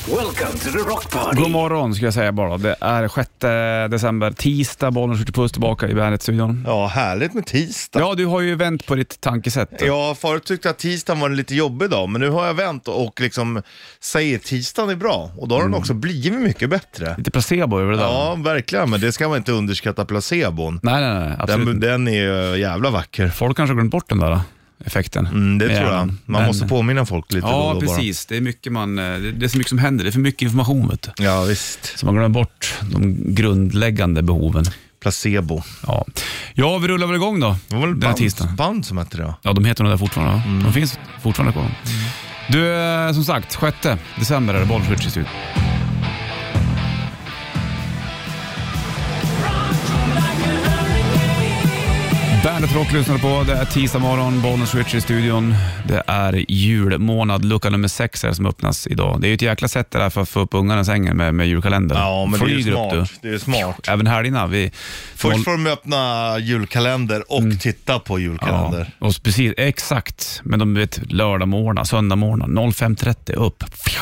to the rock party. God morgon ska jag säga bara. Det är 6 december, tisdag. Bollen skjuter puss tillbaka i Bandet-studion. Ja, härligt med tisdag. Ja. Ja, du har ju vänt på ditt tankesätt. Jag förut tyckte att tisdagen var en lite jobbig dag, men nu har jag vänt och liksom säger tisdagen är bra. Och då har Mm. den också blivit mycket bättre. Lite placebo över det där. Ja, verkligen, men det ska man inte underskatta placebon. Nej, nej, nej. Absolut. Den, den är ju jävla vacker. Folk kanske har glömt bort den där eh, effekten. Mm, det med tror jag. hjärnan. Man Men- måste påminna folk lite då och då Ja, precis. Det är, mycket man, eh, det det är så mycket som händer. Det är för mycket information, vet du. bara. Ja, visst. Så man glömmer bort de grundläggande behoven. Placebo. Ja, ja vi rullar väl igång då. Det var väl Den här band, tisdagen. band som hette det? va? Ja, de heter nog det där fortfarande. va? Mm. De finns fortfarande kvar. Du, eh, som sagt, 6 december är det Bollswitch i studion. Bandet Rock lyssnar på. Det är tisdag morgon, Bollnäs Switch i studion. Det är julmånad, lucka nummer sex är det som öppnas idag. Det är ju ett jäkla sätt det där för att få upp ungarna i sängen med, med julkalendern. Ja, men det är ju Flyger upp, smart. du. Det är smart. Även helgerna. Vi, Först får de öppna julkalender och Mm. titta på julkalender. Ja, och precis, exakt. Men de vet lördag morgon, söndag morgon, 05.30 upp. Fju!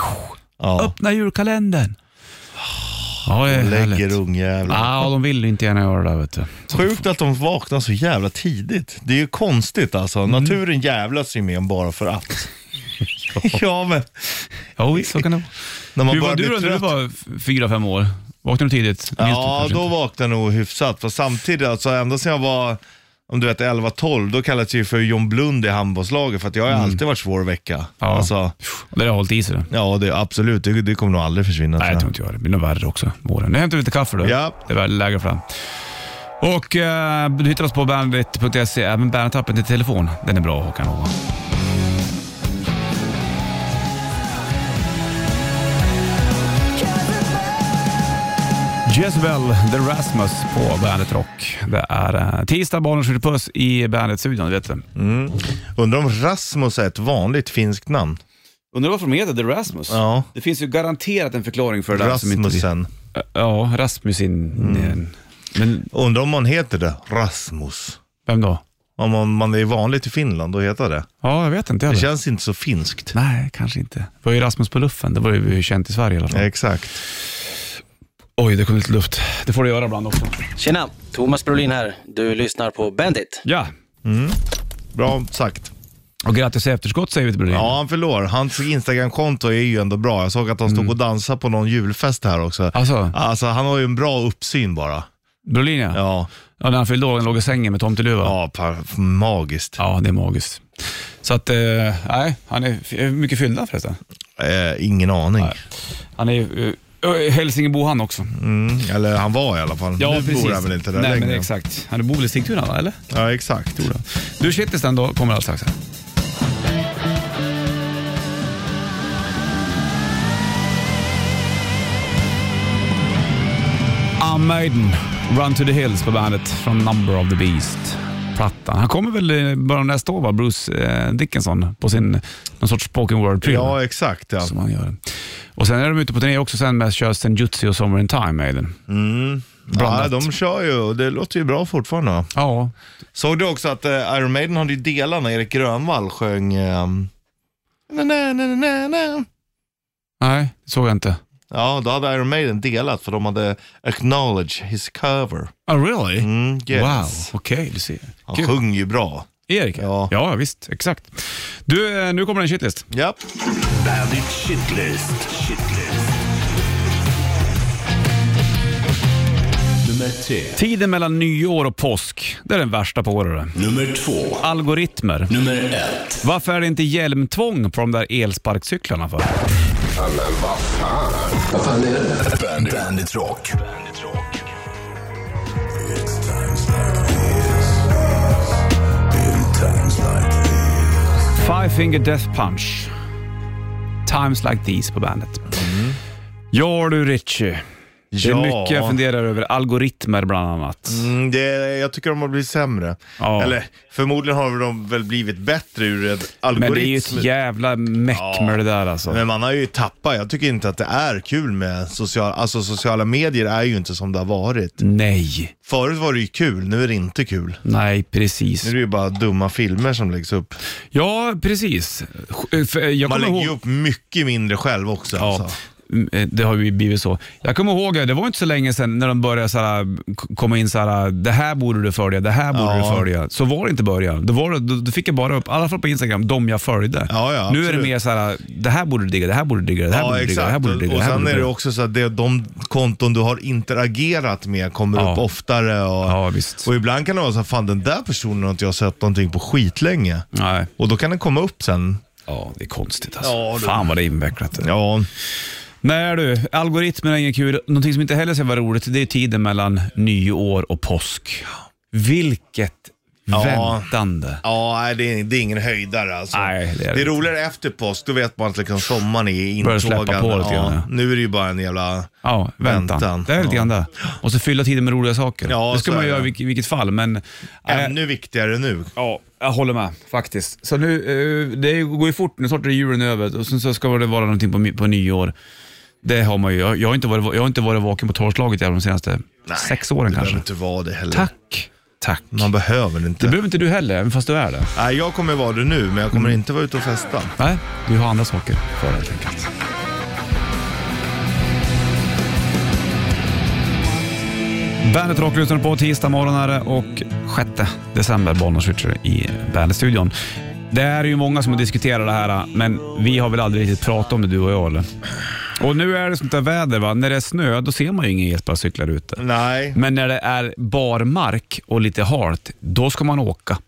Ja. Öppna julkalendern. Ja, det är Lägger härligt. ungjävlar. Ja, de vill inte gärna göra det. Vet du. Sjukt att de vaknar så jävla tidigt. Det är ju konstigt alltså. Mm. Naturen jävlas ju med en bara för att. ja, men Ja, visst, så kan det vara. när man Hur börjar var du bli då när du trött. var f- fyra, fem år? Vaknade du tidigt? Minns Ja, du kanske då inte. vaknade jag nog hyfsat. För samtidigt, alltså ända sedan jag var om du vet 11-12, då kallades jag ju för John Blund i handbollslaget för att jag har ju alltid varit svår att väcka. Mm. Ja. Alltså, Det har hållit i sig. det. ja, det, absolut. Det, det kommer nog aldrig försvinna. Nej, jag tror inte jag det. Det blir nog värre också. Våren. Nu hämtar vi lite kaffe då. Ja. Det är väl läge för den. Och eh, du hittar oss på bandit.se. Även bandetappen till telefon. Den är bra Håkan. Håkan. Jezebel, The Rasmus på Bandet Rock. Det är eh, tisdag, barnen skjuter puss i Bandet-studion, du vet det. Undrar om Rasmus är ett vanligt finskt namn? Undrar varför de heter The Rasmus? Ja. Det finns ju garanterat en förklaring för det där som inte vi... Rasmussen. Ja, Rasmus in... Mm. Men Undrar om man heter det, Rasmus. vem då? Om man, man är vanligt i Finland, då heter det. Ja, jag vet inte Det heller. känns inte så finskt. Nej, kanske inte. Det var ju Rasmus på luffen. Det var ju känt i Sverige i alla fall. Exakt. Oj, det kom lite luft. Det får du göra ibland också. Tjena, Thomas Brolin här. Du lyssnar på Bandit. Ja, Bra sagt. och grattis i efterskott säger vi till Brolin. Ja, han förlorar. Hans Instagram-konto är ju ändå bra. Jag såg att Mm. han stod och dansade på någon julfest här också. Alltså, Alltså, han har ju en bra uppsyn bara. Brolin ja. ja. Ja, När han fyllde år, han låg i sängen med tomteluva. ja par- magiskt. Ja, det är magiskt. Så att, eh, nej, han är f- hur mycket fyllda förresten. Eh, ingen aning. Han är ju eh, Helsingebo han också. Mm, eller han var i alla fall. nu bor han väl inte där Nej, längre. men exakt. Han bor väl i Sigtuna, va, eller? Ja, exakt. Du, Shitlisten då kommer alldeles strax. här. Iron Maiden, Run to the Hills på bandet från Number of the Beast. Plattan. Han kommer väl i början av nästa år, va? Bruce eh, Dickinson, på sin någon sorts spoken word-pryl Ja, exakt. Ja. som han gör. Och sen är de ute på turné också sen med kör Senjutsu och Summer in Time Maiden. ja, de kör ju och det låter ju bra fortfarande. va? Ja, Såg du också att eh, Iron Maiden hade ju delar när Erik Grönvall sjöng... ehm, na, na, na, na, na. nej, det såg jag inte. Ja, då hade Iron Maiden delat för de hade acknowledged his cover. Oh really? Mm, yes. Wow, okej, du ser. Han Kul. sjöng ju bra. Erik? Ja. ja, visst. Exakt. Du, eh, nu kommer en shitlist. Japp. Bandit Shitlist. Shitlist. Nummer tre. Tiden mellan nyår och påsk, det är den värsta på året. det. Nummer två. Algoritmer. Nummer ett. Varför är det inte hjälmtvång på de där elsparkcyklarna för? Bandit, Bandit Rock. Bandit Rock. Five Finger Death Punch. Times like these på bandet. Mm. Ja du Richie. Det är mycket jag funderar över. Algoritmer bland annat. Mm, det, jag tycker de har blivit sämre. Ja. Eller förmodligen har de väl blivit bättre ur ett Men algoritm. det är ju ett jävla meck med det där alltså. Men man har ju tappat, jag tycker inte att det är kul med social, alltså sociala medier är ju inte som det har varit. Nej, Förut var det ju kul, nu är det inte kul. nej precis. Nu är det ju bara dumma filmer som läggs upp. Ja, precis. Sj- eh, för Jag Man kommer lägger ihåg... ju upp mycket mindre själv också. Ja. Alltså. Mm, eh, Det har ju blivit så. Jag kommer ihåg, eh, det var inte så länge sedan när de började så här, k- komma in så här, det här borde du följa, det här borde Ja. du följa. Så var det inte i början. Då, var det, då, då fick jag bara upp, i alla fall på Instagram, de jag följde. Ja, ja, nu är det absolut. mer så här, det här borde du digga, det här borde du digga, det här Ja, borde du digga, det här exakt. borde du digga. och här sen borde du är det digga. också så att det, de konton du har interagerat med kommer Ja. upp oftare. Och, Ja, visst. och ibland kan det vara så att fan den där personen har inte jag sett någonting på skitlänge. Nej. Och då kan den komma upp sen. Ja, det är konstigt alltså. Ja, du- Fan vad det är invecklat. Ja, Nej du, algoritmer är inget kul. Någonting som inte heller ska vara roligt, det är tiden mellan nyår och påsk. Vilket Ja. väntande. ja nej, det, är, det är ingen höjdare alltså. Nej, det är det det är inte. roligare efter påsk, då vet man att liksom sommaren är Börjar släppa intågande. på lite grann, ja. nu är det ju bara en jävla... Ja, väntan. Väntan. Det är lite Ja. grann det. Och så fylla tiden med roliga saker. Ja, det ska så man är göra i det. vilket, vilket fall, men... Äh, Ännu viktigare nu. ja, jag håller med faktiskt. Så nu, eh, det går ju fort nu, snart är julen över och sen så ska det vara någonting på, my- på nyår. Det har man ju. Jag, jag, har, inte varit, jag har inte varit vaken på tolvslaget de senaste sex åren det behöver kanske. inte vara det heller. Tack, tack. Man behöver Det inte. behöver inte du heller, även fast du är det. Nej, jag kommer vara det nu, men jag kommer Mm. inte vara ute och festa. Nej, du har andra saker för helt enkelt. Bandet Rock lyssnar på tisdag morgon är det och 6 december, Bonniers Switcher i Bandet-studion. Det är ju många som har diskuterat det här, men vi har väl aldrig riktigt pratat om det du och jag eller? Och nu är det sånt där väder va, när det är snö då ser man ju ingen elsparkcyklar ute. Nej, Men när det är barmark och lite halt, då ska man åka.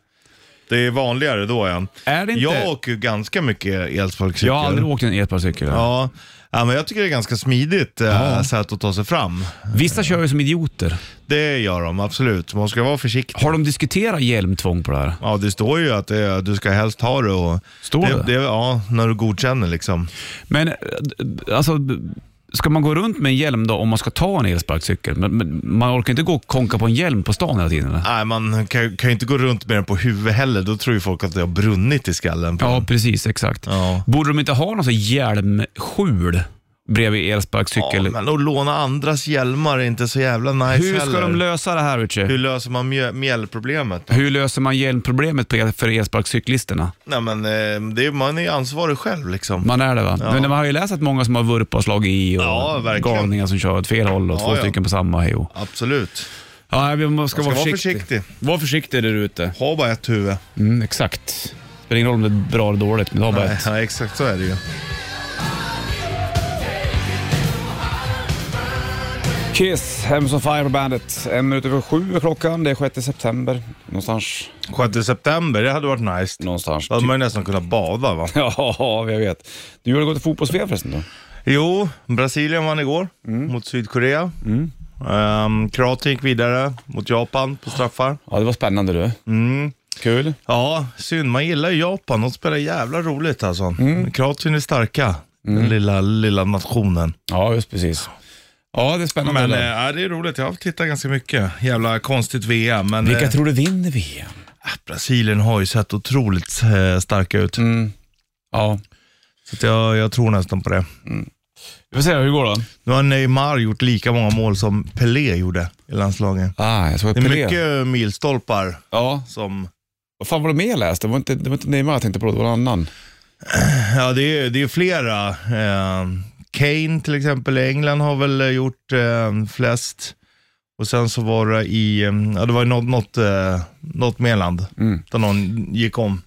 det är vanligare då ja. Är det inte? Jag åker ju ganska mycket elsparkcykel. Jag har aldrig åkt en elsparkcykel. Ja. ja, men jag tycker det är ganska smidigt eh, sätt att ta sig fram. Vissa kör ju som idioter. Det gör de absolut. Man ska vara försiktig. Har de diskuterat hjälmtvång på det här? Ja, det står ju att det, du ska helst ha det. Och Står det? det? Ja, när du godkänner liksom. Men eh, alltså, ska man gå runt med en hjälm då om man ska ta en elsparkcykel? Men, men, man orkar inte gå och konka på en hjälm på stan hela tiden? Eller? Nej, man kan kan ju inte gå runt med den på huvudet heller. Då tror ju folk att det har brunnit i skallen. på Ja, en. precis. Exakt. Ja. Borde de inte ha någon sån hjälmskjul bredvid elsparkcykel? ja, men att låna andras hjälmar är inte så jävla nice Hur ska heller. de lösa det här, Richie? Hur löser man mjö- mjällproblemet? Hur löser man hjälmproblemet på el- för elsparkcyklisterna? Nej, men, eh, det är, man är ju ansvarig själv liksom. Man är det va? Men man har ju läst att många som har vurpat och slagit i och Ja, verkligen. galningar som kör åt fel håll och Ja, två ja. stycken på samma. Hej och. Absolut. Ja, vi må- ska, Man ska vara vara försiktig. försiktig. Var försiktig där ute. Ha bara ett huvud. Mm, exakt. Spelar ingen roll om det är bra eller dåligt, men du har bara Nej, ett. ja, exakt så är det ju. Kiss, Hems on Fire på bandet. En minut över sju är klockan. Det är 6 september. Någonstans. 6 september, det hade varit nice. Någonstans. Då hade man ju nästan kunnat bada va? Ja, jag vet. Du har gått till fotbolls-VM förresten då? Jo, Brasilien vann igår mot Sydkorea. Ehm, Kroatien gick vidare mot Japan på straffar. Ja, det var spännande du. Mm. Kul. Ja, synd. Man gillar ju Japan. De spelar jävla roligt alltså. Kroatien är starka, den lilla, lilla nationen. Ja, just precis. Ja, det är spännande. Men det eh, där. ja, det är roligt. Jag har tittat ganska mycket. Jävla konstigt VM. Men Vilka eh, tror du vinner VM? Brasilien har ju sett otroligt eh, starka ut. Ja. Så att jag, jag tror nästan på det. Vi får se hur det går då. Nu har Neymar gjort lika många mål som Pelé gjorde i landslaget. Ah, jag såg att Det är Pelé... mycket milstolpar Ja. som... Vad fan var det med jag läste? Det var inte, det var inte Neymar jag tänkte på, det var någon annan. Ja, det är, det är flera. Eh, Kane till exempel i England har väl eh, gjort eh, flest. Och sen så var det i, eh, ja det var i något, något, eh, något mer land där någon gick om.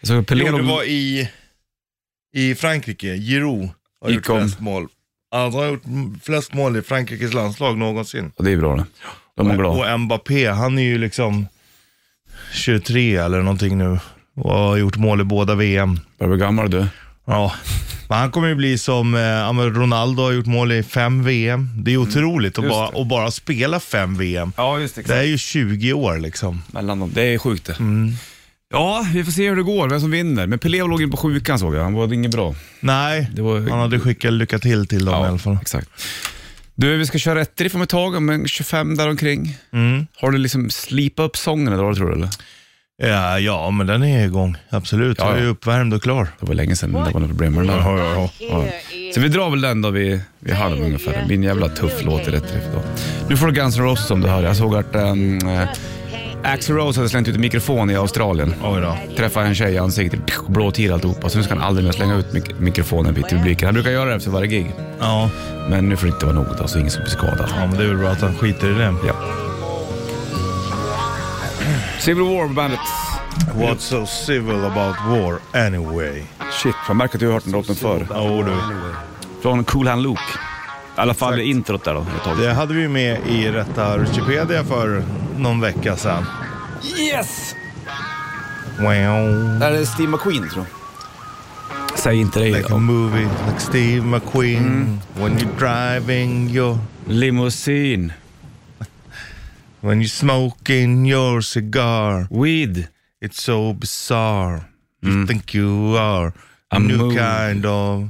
Jag såg att Mm. Pelé... Jo, det låg- var i, i Frankrike, Giroud har Gick gjort om. flest mål. Ja, de har gjort flest mål i Frankrikes landslag någonsin. Ja, Det är bra det. Då är man glad. Och Mbappé, han är ju liksom 23 eller någonting nu och har gjort mål i båda VM. Börjar bli gammal du. Ja, men han kommer ju bli som eh, ja, men Ronaldo har gjort mål i fem VM. Det är otroligt att Just bara, att bara spela fem VM. Ja, just Det är ju 20 år liksom. Mellan dem. Det är sjukt det. Mm. Ja, vi får se hur det går, vem som vinner. Men Pelé låg in på sjukan såg jag. Han var inget bra. Nej, Det var- han hade skickat lycka till till dem i alla fall. exakt. Du, vi ska köra ett riff om ett tag, om en 25 där omkring. Mm. Har du liksom slipat upp sången idag tror du eller? Ja, ja, men den är igång. Absolut. Ja, Jag är ja. uppvärmd och klar. Det var länge sedan det var något problem med den där. ja. Ja. Så vi drar väl den då vid, vid halv ungefär. Det blir en jävla tuff låt i rätt riff då. Nu får du Guns N' Roses som du hör. Jag såg att um, Axl Rose hade slängt ut en mikrofon i Australien. Oj då. Träffade en tjej i ansiktet, pff, blåtira alltihopa. Så Alltså, nu ska han aldrig mer slänga ut mik- mikrofonen till publiken. Han brukar göra det efter varje gig. Ja. Men nu får det inte vara något, alltså ingen som blir skadad. ja, men det är väl bra att han skiter i det. Ja. Civil War på bandet. What's so civil about war anyway? Shit, man märker att du har hört den låten förr. Ja, oh, du. Från Cool Hand Luke. I alla fall introt där då. ett tag. Det hade vi ju med i Rätta Wikipedia för någon vecka sedan. Yes! Wow. Där är Steve McQueen tror jag. Säg inte det. Like a movie, like Steve McQueen, Mm. when you're driving your... Limousin. When you're smoking your cigar, Weed. it's so bizarre. Mm. You think you are a I'm new moved. kind of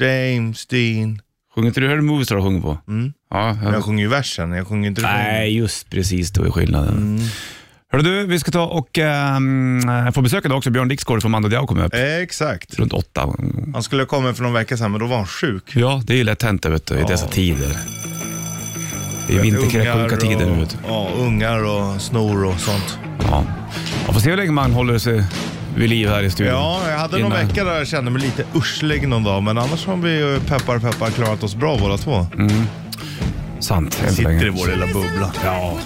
James Dean. Sjunger inte du? Hörde Moves har sjungit på? Mm. Ja, Men jag... Jag sjunger ju versen, jag sjunger inte refrängen. Nej, just precis. Det var ju skillnaden. Mm. Hörru du, vi ska ta och ehm, få besök idag också. Björn Dixgård från Mando Diao kommer upp. Exakt. Runt åtta. Han skulle ha kommit för någon vecka sedan, men då var han sjuk. Ja, det är ju lätt hänt det, vet du, i dessa tider. Det är vinterkräksjuka-tider nu. Vet du. Mm. och, Ja, ungar och snor och sånt. Ja. Jag får se hur länge man håller sig vid liv här i studion. Ja, jag hade någon Innan- vecka där jag kände mig lite urslig någon dag, men annars har vi ju peppar peppar klarat oss bra båda två. Mm. Sant, än så Sitter i länge. vår lilla bubbla. Ja.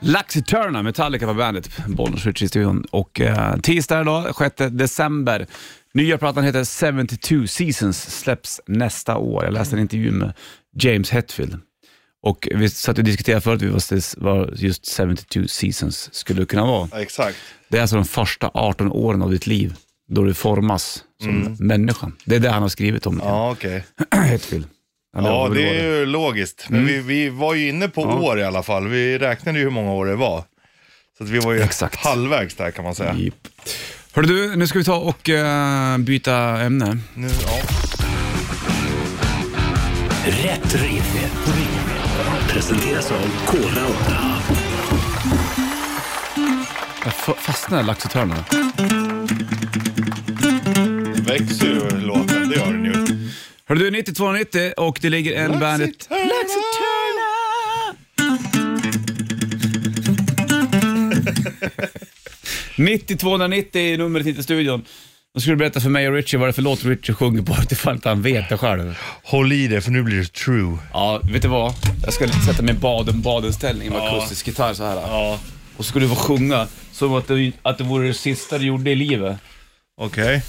Laxi Turner, Metallica på bandet, Bollnäs Switch i studion. Och eh, tisdag idag, 6 december. Nya plattan heter 72 Seasons, släpps nästa år. Jag läste en intervju med James Hetfield. Och vi satt och diskuterade förut vi var- vad just 72 Seasons skulle kunna vara. Ja, exakt. Det är alltså de första 18 åren av ditt liv, då du formas som människa. Det är det han har skrivit om, Mm. Ja, okej. Hetfield. Han Ja, var väl det då- är ju logiskt. Mm. Men vi, vi var ju inne på år i alla fall. Vi räknade ju hur många år det var. Så att vi var ju Exakt. Mm. halvvägs där kan man säga. Japp. Hörru du, nu ska vi ta och eh, byta ämne. Nu, ja. Rätt riff. Presenteras av Kora 8. Jag fa- fastnade i laxotörnen. Växer ju låten, det gör den ju. Hörru du, 9290 och det ligger en bandet... Laxotörna! 9290 är numret hit till studion. Nu ska du berätta för mig och Richie vad det är för låt Richie sjunger på, ifall inte han vet det själv. Håll i det för nu blir det true. Ja, vet du vad? Jag ska sätta mig i baden-baden-ställning med Ja. akustisk gitarr så här. Ja. Och så ska du få sjunga som att det, att det vore det sista du gjorde i livet. Okej.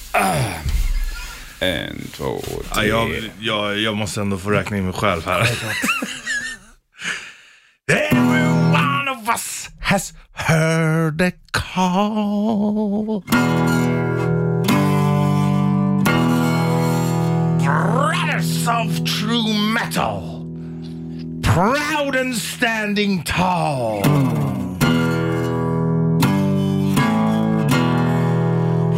En, två, Ja, jag, jag, jag måste ändå få räkna in mig själv här. Every one of us has heard the call. Brothers of true metal. Proud and standing tall.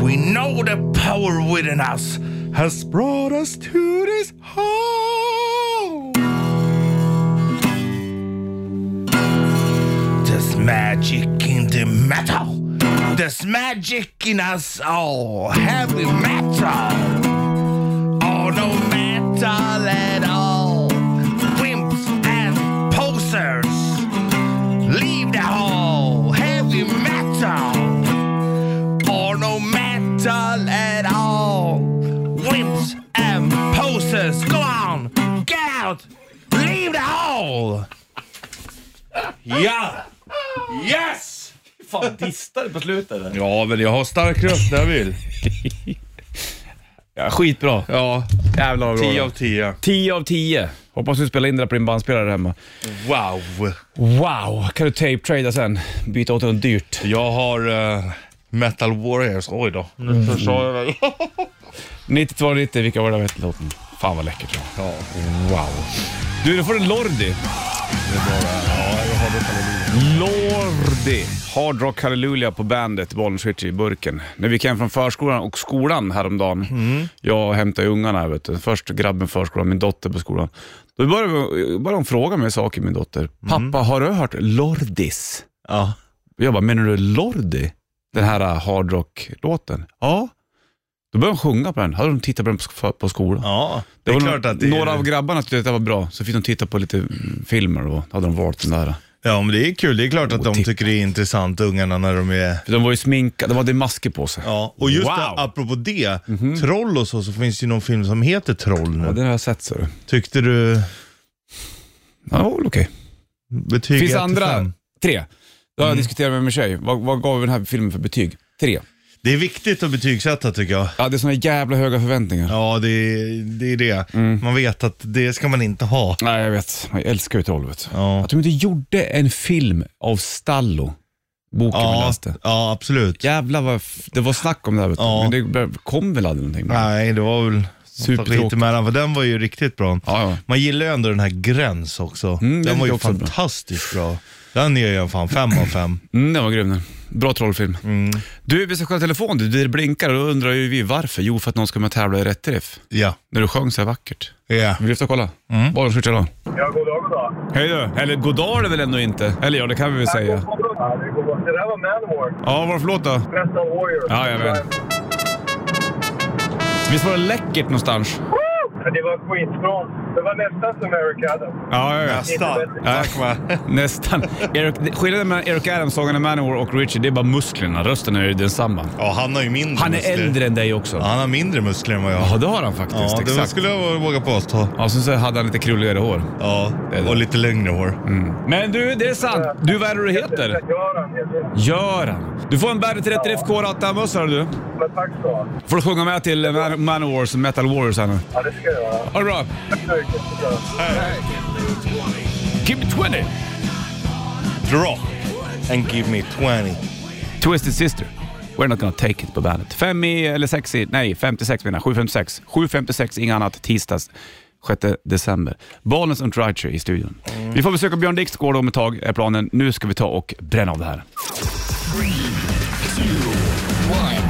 We know the power within us has brought us to this hall. There's magic in the metal. There's magic in us all. Heavy metal. Oh, no metal at all. Wimps and posers. Leave the hall. Heavy metal or no metal at all. Wimps and posers, go on, get out, leave the hall. Ja! Yes! Fan, distar du på slutet? Ja, men jag har stark röst när jag vill. Ja, skitbra. Ja, Jävlar vad bra. 10 av 10. 10 av 10. Hoppas du spelar in det där på din bandspelare hemma. Wow. Wow, kan du tape-trada sen? Byta åt något dyrt. Jag har eh, Metal Warriors. Oj då. Nu förstår jag väl. 9290, vilka var det där vet låten? Fan vad läckert. Ja, Wow. Du, nu får du Lordi. Lordi. Hard Rock Hallelujah på bandet, Bollnäs Ritchie i burken. När vi gick hem från förskolan och skolan häromdagen, jag hämtade ungarna, vet du. först grabben på förskolan, min dotter på skolan. Då började, vi- började hon fråga mig saker, min dotter. Pappa, har du hört Lordis? ja. Jag bara, menar du Lordi? Den här uh, hardrock-låten? äh, Ja. Då började de sjunga på den. Hade de tittat på den på, sk- på skolan. Ja, det är var klart någon, att det Några av är, grabbarna tyckte att det var bra, så fick de titta på lite mm, filmer och hade de valt den där. ja, men det är kul. Det är klart att de Otippat. tycker det är intressant, ungarna, när de är... För de var ju sminkade, de hade masker på sig. Ja, och just wow. Mhm. det, apropå det, troll och så, så finns det ju någon film som heter Troll Ja, nu. den har jag sett, så du. Tyckte du Ja, det var väl okej. betyg Finns det 1 till andra? fem? Tre. Det har Mm. jag diskuterat med min tjej. Vad, vad gav vi den här filmen för betyg? Tre. Det är viktigt att betygsätta tycker jag. Ja, det är såna jävla höga förväntningar. Ja, det är det. Är det. Mm. Man vet att det ska man inte ha. Nej, jag vet. Jag älskar ju Trollvet. Ja. Att de inte gjorde en film av Stallo, boken vi Ja, läste. ja, absolut. Jävlar vad f- det var snack om det här, vet du. Ja. men det kom väl aldrig någonting. Nej, det var väl Supertråkigt. lite med den, för den var ju riktigt bra. Ja, ja. Man gillar ju ändå den här Gräns också. den, den var ju är också bra. fantastiskt bra. Den ger jag fan fem av fem. Mm, den var grym den. Bra trollfilm. Du, vi ska kolla telefon. Du, det blinkar och då undrar ju vi varför. Jo, för att någon ska med tävla i rätt riff. Ja. När du sjöng så här vackert. Ja. Vi lyfter och kolla. Mm. Bollen skjuter idag. Ja, god dag, god dag. Hej du. Eller god dag är det väl ändå inte? Eller ja, det kan vi väl säga. Ja, det, går bra. det där var Manowar, Ja, vad för låt då? Crest of Warrior. Ja, jag vet. Visst var det läckert någonstans? Men Det var skitbra. Det var nästan som Eric Adams. Ja, jag Nästa. Tack va. Nästan. Eric, skillnaden mellan Eric Adams, sångaren i Manowar och Richie, det är bara musklerna. Rösten är ju densamma. Ja, han har ju mindre Han är muskler. äldre än dig också. Ja, han har mindre muskler än vad jag Ja, har. det har han faktiskt. Ja, det exakt. skulle jag våga påstå. Ja, sen så hade han lite krulligare hår. Ja, är det. och lite längre hår. Men du, det är sant. Du, vad är det du heter? Göran heter jag. Göran. Du får en Bandet 30 RIF K-rattarmössa du. Men tack ska du ha. Får du sjunga med till Man- Manowars Metal Warriors här nu. Ja, det ska jag göra. Ha det bra. Tack så mycket. Det ska jag göra. Give me 20! Drop and give me 20. Twisted Sister. We're not gonna take it på bandet. Fem i, eller sex i, nej 56 menar jag. 7.56. 7.56, inget annat. Tisdags 6 december. Bollnäs och Richer i studion. Vi får besöka Björn Dicks gård om ett tag, är planen. Nu ska vi ta och bränna av det här.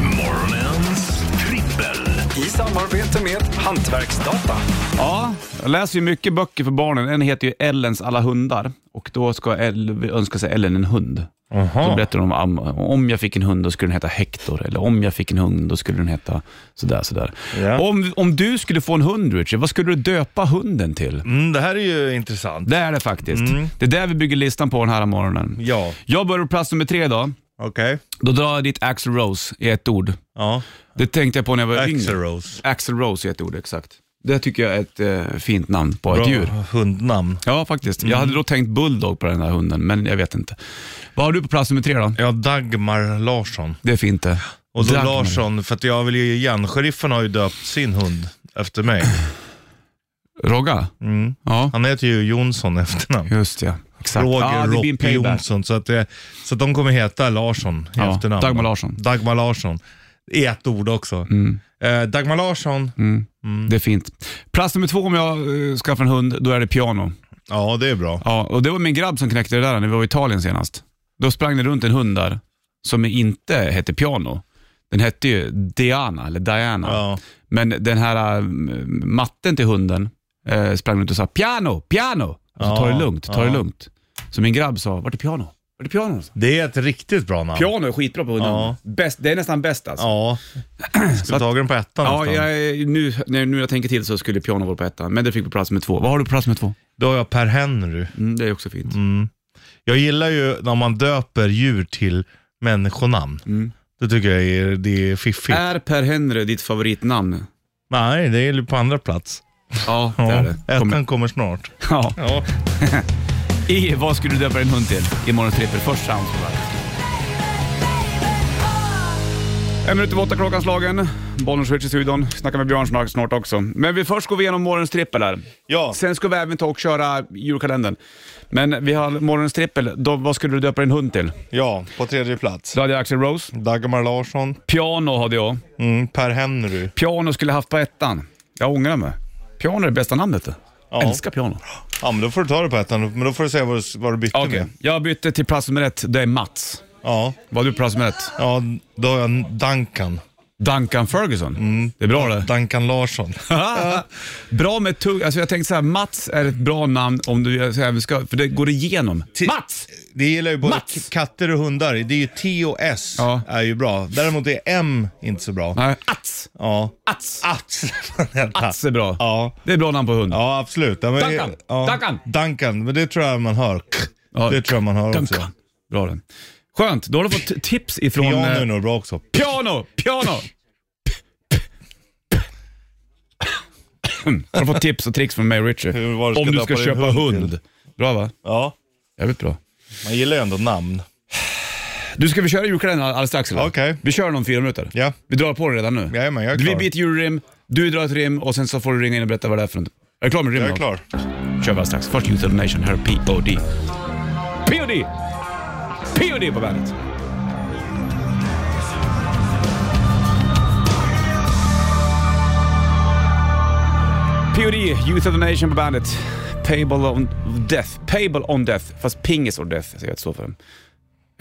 Morgonens trippel. I samarbete med Hantverksdata. Ja, jag läser ju mycket böcker för barnen. En heter ju Ellens alla hundar och då ska El, önska sig Ellen en hund. Så berättar de om, om jag fick en hund då skulle den heta Hector eller om jag fick en hund då skulle den heta sådär sådär. Ja. Om, om du skulle få en hund Richard, vad skulle du döpa hunden till? Mm, det här är ju intressant. Det är det faktiskt. Det är där vi bygger listan på den här morgonen. Ja, Jag börjar på plats nummer tre idag. okej. Då drar jag dit Axl Rose i ett ord. Ja. Det tänkte jag på när jag var Axel yngre. Rose. Axl Rose i ett ord, exakt. Det tycker jag är ett eh, fint namn på ett djur. hundnamn. Ja, faktiskt. Jag hade då tänkt bulldog på den här hunden, men jag vet inte. Vad har du på plats nummer tre då? Ja, Dagmar Larsson. Det är fint det. Och då Dagmar. Larsson, för att jag vill ju igen, sheriffen har ju döpt sin hund efter mig. Rogga? Ja, Han heter ju Jonsson i efternamn. just ja. Exakt. Roger ja, det blir en Roppe payback. Jonsson, så att, det, så att de kommer heta Larsson i Ja, efternamn. Dagmar Larsson. Dagmar Larsson. I ett ord också. Eh, Dagmar Larsson, Det är fint. Plats nummer två om jag eh, skaffar en hund, då är det piano. ja det är bra. Ja, och det var min grabb som knäckte det där när vi var i Italien senast. Då sprang det runt en hund där som inte hette piano. Den hette ju Diana, eller Diana. Ja. Men den här eh, matten till hunden eh, sprang runt och sa piano, piano. Alltså, Ja, ta det lugnt, ta det ja. lugnt. Så min grabb sa, vart är piano? Vart är piano? Det är ett riktigt bra namn. Piano är skitbra på hunden. Ja. Bäst, det är nästan bäst alltså. Ja, Så skulle att- tagit den på ettan Ja, nästan. jag, nu, när, nu när jag tänker till så skulle piano vara på ettan, men det fick på plats med två. Vad har du på plats med två? Då har jag Per Henry. Mm, det är också fint. Jag gillar ju när man döper djur till människonamn. Det tycker jag är, det är fiffigt. Är Per Henry ditt favoritnamn? Nej, det är ju på andra plats. Ja, det är Ja, det. Kommer- ettan Äh, kommer snart. Ja. Ja. I, vad skulle du döpa din hund till? Imorgon trippel. Först Sounds på bandet. En minut över åtta klockan slagen. Bollen switch i studion. Snackar med Björn snart- snart också. Men vi först går vi igenom morgonens trippel här. ja. Sen ska vi även ta och köra julkalendern. Men vi har morgonens trippel. Då, vad skulle du döpa din hund till? ja, på tredje plats. Då hade jag Axel Rose. Dagmar Larsson, Piano hade jag. mm, Per Henry. Piano skulle jag haft på ettan. Jag ångrar mig. Piano är det bästa namnet. du. Ja. Älskar piano. Ja, men då får du ta det på ettan, men då får du säga vad du, vad du bytte Okej, med. jag bytte till plats nummer ett. Det är Mats. Ja, Vad har du på plats nummer ett? ja, då har jag Duncan. Duncan Ferguson. Mm. Det är bra det. Duncan Larsson. bra med tugg. Alltså jag tänkte så här, Mats är ett bra namn om du så här, ska, för det går igenom. Ti- Mats! Det gillar ju både Mats! k- katter och hundar. Det är ju T och S Ja. är ju bra. Däremot är M inte så bra. Nej, Ats! Ja. Ats! Ats. Ats är bra. Ja. Det är bra namn på hund. Ja, absolut. Ja, men- Duncan. Ja. Duncan. Duncan, men det tror jag man hör. Ja. Det tror jag man hör också. Duncan. Bra den. Skönt, då har du fått tips ifrån... Piano eh, är nog bra också. Piano! Piano! Har du fått tips och tricks från mig och Richie? Hur var det Om ska du döpa ska din köpa hund hund. till? Bra va? Ja, Jävligt bra. man gillar ju ändå namn. Du, ska vi köra julkalendern alldeles strax eller? Okej. Vi kör den om fyra minuter. Ja. Vi drar på det redan nu. Jajamän, jag är Vi klar. byter julrim, du drar ett rim och sen så får du ringa in och berätta vad det är för något. Är du klar med rimmen? Jag är klar. kör vi alldeles strax. Först Youth of the Nation, här är P.O.D. P.O.D. P.O.D. på bandet. P.O.D. Youth of the Nation på bandet. Payable on death. Payable on death. Fast pingis or death, säger jag att det står för den.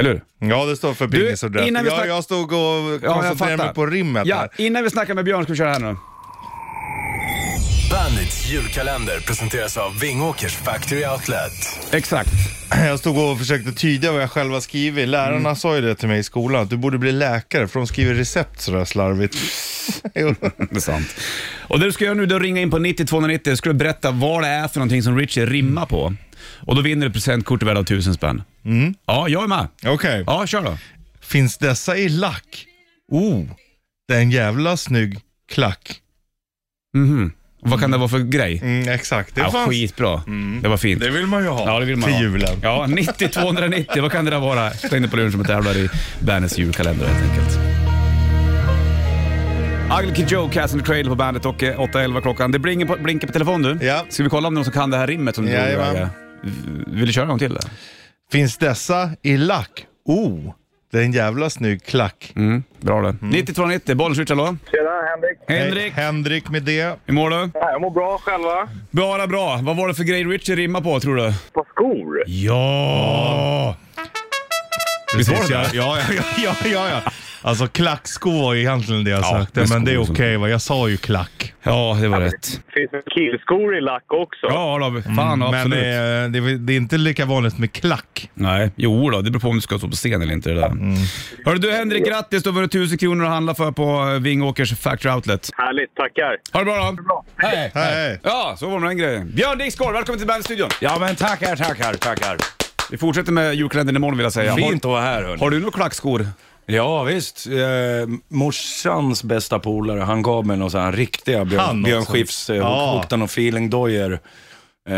Eller hur? Ja, det står för pingis och drätt. innan vi Jag, snack- jag stod och koncentrerade mig på rimmet ja, här. Innan vi snackar med Björn ska vi köra här nu. Bandits julkalender presenteras av Vingåkers Factory Outlet. Exakt. Jag stod och försökte tyda vad jag själv har skrivit. Lärarna Mm. sa ju det till mig i skolan, att du borde bli läkare, för de skriver recept sådär slarvigt. Jo. Det är sant. Och det du ska göra nu det är att ringa in på 90290 ska du berätta vad det är för någonting som Richie rimmar på. Och då vinner du ett presentkort värde av 1000 spänn. Mm. Ja, jag är med. Okej. Ja, kör då. Finns dessa i lack? Oh, det är en jävla snygg klack. Mhm. Och Vad kan det vara för grej? Mm, exakt, det Ja, fanns. Mm. skitbra. Det var fint. Det vill man ju ha Ja, det vill man till ha. julen. Ja, 90-290, vad kan det där vara? Slängde på luren som tävlar i Bandets julkalender helt enkelt. Ugly Kid Joe, Cast and the Cradle på bandet och eh, 8.11 klockan. Det blinkar på, blinkar på telefon du. Ja. Ska vi kolla om det är någon som kan det här rimmet som du Jajamän. eh, Vill du köra en gång till? Där? Finns dessa i lack? Oh, det är en jävla snygg klack. Mm, bra det. 90-290, bollen switch, hallå? Tjena, Henrik. Henrik, Hej, Henrik med det. hur mår du? Jag mår bra själva. Bara bra. Vad var det för grej Richie rimmade på tror du? På skor? Ja! Visst var det ja, det? ja, ja, ja, ja, ja. Alltså klacksko var ju egentligen det jag Ja, sökte, med men det är skor okej som- va. Jag sa ju klack. Ja, det var rätt. Finns det killskor i lack också? Ja, då, fan men absolut. eh, det, är- det är inte lika vanligt med klack. Nej, jo då, det beror på om du ska stå på scen eller inte det där. Hörru du Henrik, grattis! Du har vunnit 1000 kronor att handla för på eh, Vingåkers Factory Outlet. Härligt, tackar. Ha det bra då! Hej! Hej. Ja, så var det med den grejen. Björn Dixgård, välkommen till Bandstudion! Ja men tackar, tackar, tackar. Vi fortsätter med julkalendern imorgon vill jag säga. Fint att Har, vara här hörni. har du några klackskor? Ja visst. Eh, morsans bästa polare, han gav mig någon sån här riktiga Han Björn, Björn också? Skifs, eh, Ja. Hoktan och Feelingdojor. Eh,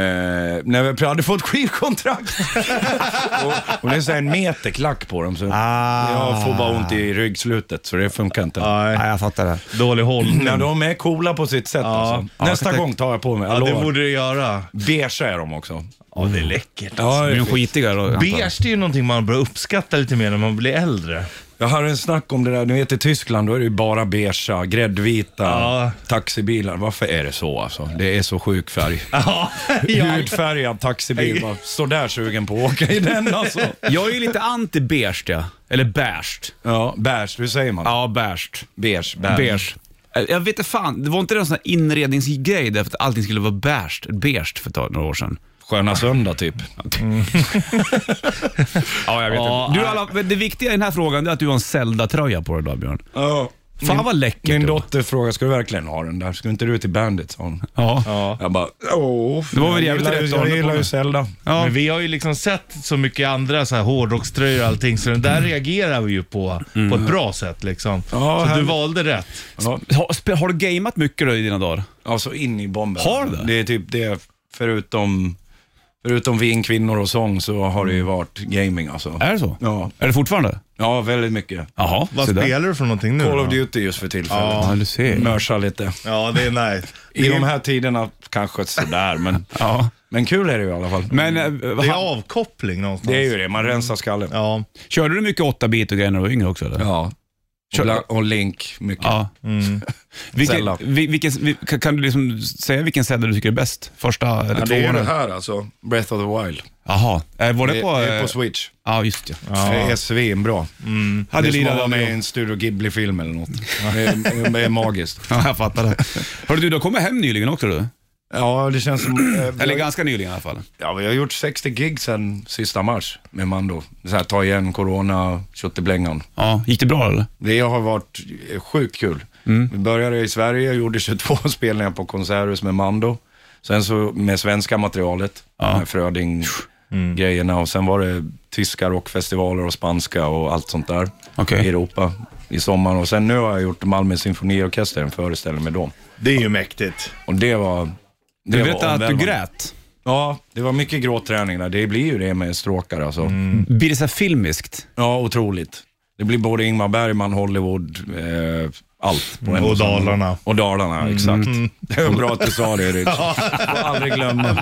när vi hade fått skivkontrakt. och, och det är så här en meter klack på dem. Så Jag får bara ont i ryggslutet så det funkar inte. Nej, jag fattar det. dålig hållning. När de är coola på sitt sätt alltså. Ja, Nästa jag kan gång tar jag på mig, jag Ja, det lovar. borde du göra. Beiga är de också. Ja, det är läckert. Ja, Blir de skitiga då? antar jag? Beige det är ju någonting man börjar uppskatta lite mer när man blir äldre. Jag hörde en snack om det där, ni vet i Tyskland då är det ju bara beiga, gräddvita, Ja. taxibilar. Varför är det så alltså? Det är så sjuk färg. Ja, Hudfärgad taxibil, bara står där sugen på att åka i den alltså. Jag är ju lite anti-beige ja. Eller beige. Ja, beige, hur säger man? Ja, beige. Beige, beige. Beige. Eh, Jag vet inte fan, det var inte det en sån här inredningsgrej där för att allting skulle vara beige, beige för ett tag, några år sedan? Sköna söndag typ. Mm. Ja, jag vet inte. Du, alla, men det viktiga i den här frågan är att du har en Zelda-tröja på dig idag, Björn. Ja. Fan Min- vad läckert. Min det var. dotter frågade, ska du verkligen ha den där? Ska inte du till Bandit? sa hon. Ja. Jag bara, åh. Det var väl jag jävligt gillar rätt ju- att hålla Jag gillar på ju med. Zelda. Ja. Men vi har ju liksom sett så mycket andra så här hårdrockströjor och allting, så den där reagerar vi ju på, på ett bra sätt liksom. så härligt. du valde rätt. Ja. Har, sp- har du gameat mycket då i dina dagar? Alltså in i bomben. Har du det? Det är typ det, förutom, förutom vin, kvinnor och sång så har det ju Mm. varit gaming alltså. Är det så? Ja, Är det fortfarande? ja väldigt mycket. Jaha, Vad se där. spelar du för någonting nu Call då? of Duty just för tillfället. Ja, du ser. Mörsa lite. Ja, det är nice. I de här tiderna kanske sådär, men, Ja. men kul är det ju i alla fall. Men eh, Det är han, avkoppling någonstans. det är ju det, man rensar skallen. Ja. körde du mycket 8-bit och grejer när du var yngre också eller? Ja. Mm. Kör- Och, bland, och Link mycket. Ja. Vilken, Sällan. vi- vilken, vi- kan- kan du liksom säga vilken sedda du tycker är bäst? Första eller Ja, det är tvåan? ju det eller? här alltså, Breath of the Wild. Jaha, Eh, var det Det på... det är eh, på Switch. Ja, just det. Det är svinbra. Hade Det är som lirat att vara den med med. i en Studio Ghibli-film eller något. Det är, det är magiskt. Ja, jag fattar det. Hörru du, du har kommit hem nyligen också du. Ja, det känns som... eh, Eller ganska nyligen i alla fall. Ja, vi har gjort 60 gig sen sista mars med Mando. Så här, ta igen corona, tjotteblängan. Ja, gick det bra eller? Det har varit eh, sjukt kul. Mm. Vi började i Sverige, gjorde 22 spelningar på Concertus med Mando. Sen så med svenska materialet, med Mm. Fröding-grejerna. Och sen var det tyska rockfestivaler och spanska och allt sånt där Okej. i Europa i sommar. Och sen nu har jag gjort Malmö Symfoniorkester, en föreställning med dem. Det är ju mäktigt. Och det var... Det Du var vet att du omvälvande. grät. Ja, det var mycket gråtträning där. Det blir ju det med stråkar alltså. Blir det så här filmiskt? Ja, otroligt. Det blir både Ingmar Bergman, Hollywood, eh, allt. På en Och och samma. Dalarna. Mm. Och Dalarna, exakt. Det var bra att du sa det Ryd. Får aldrig glömma.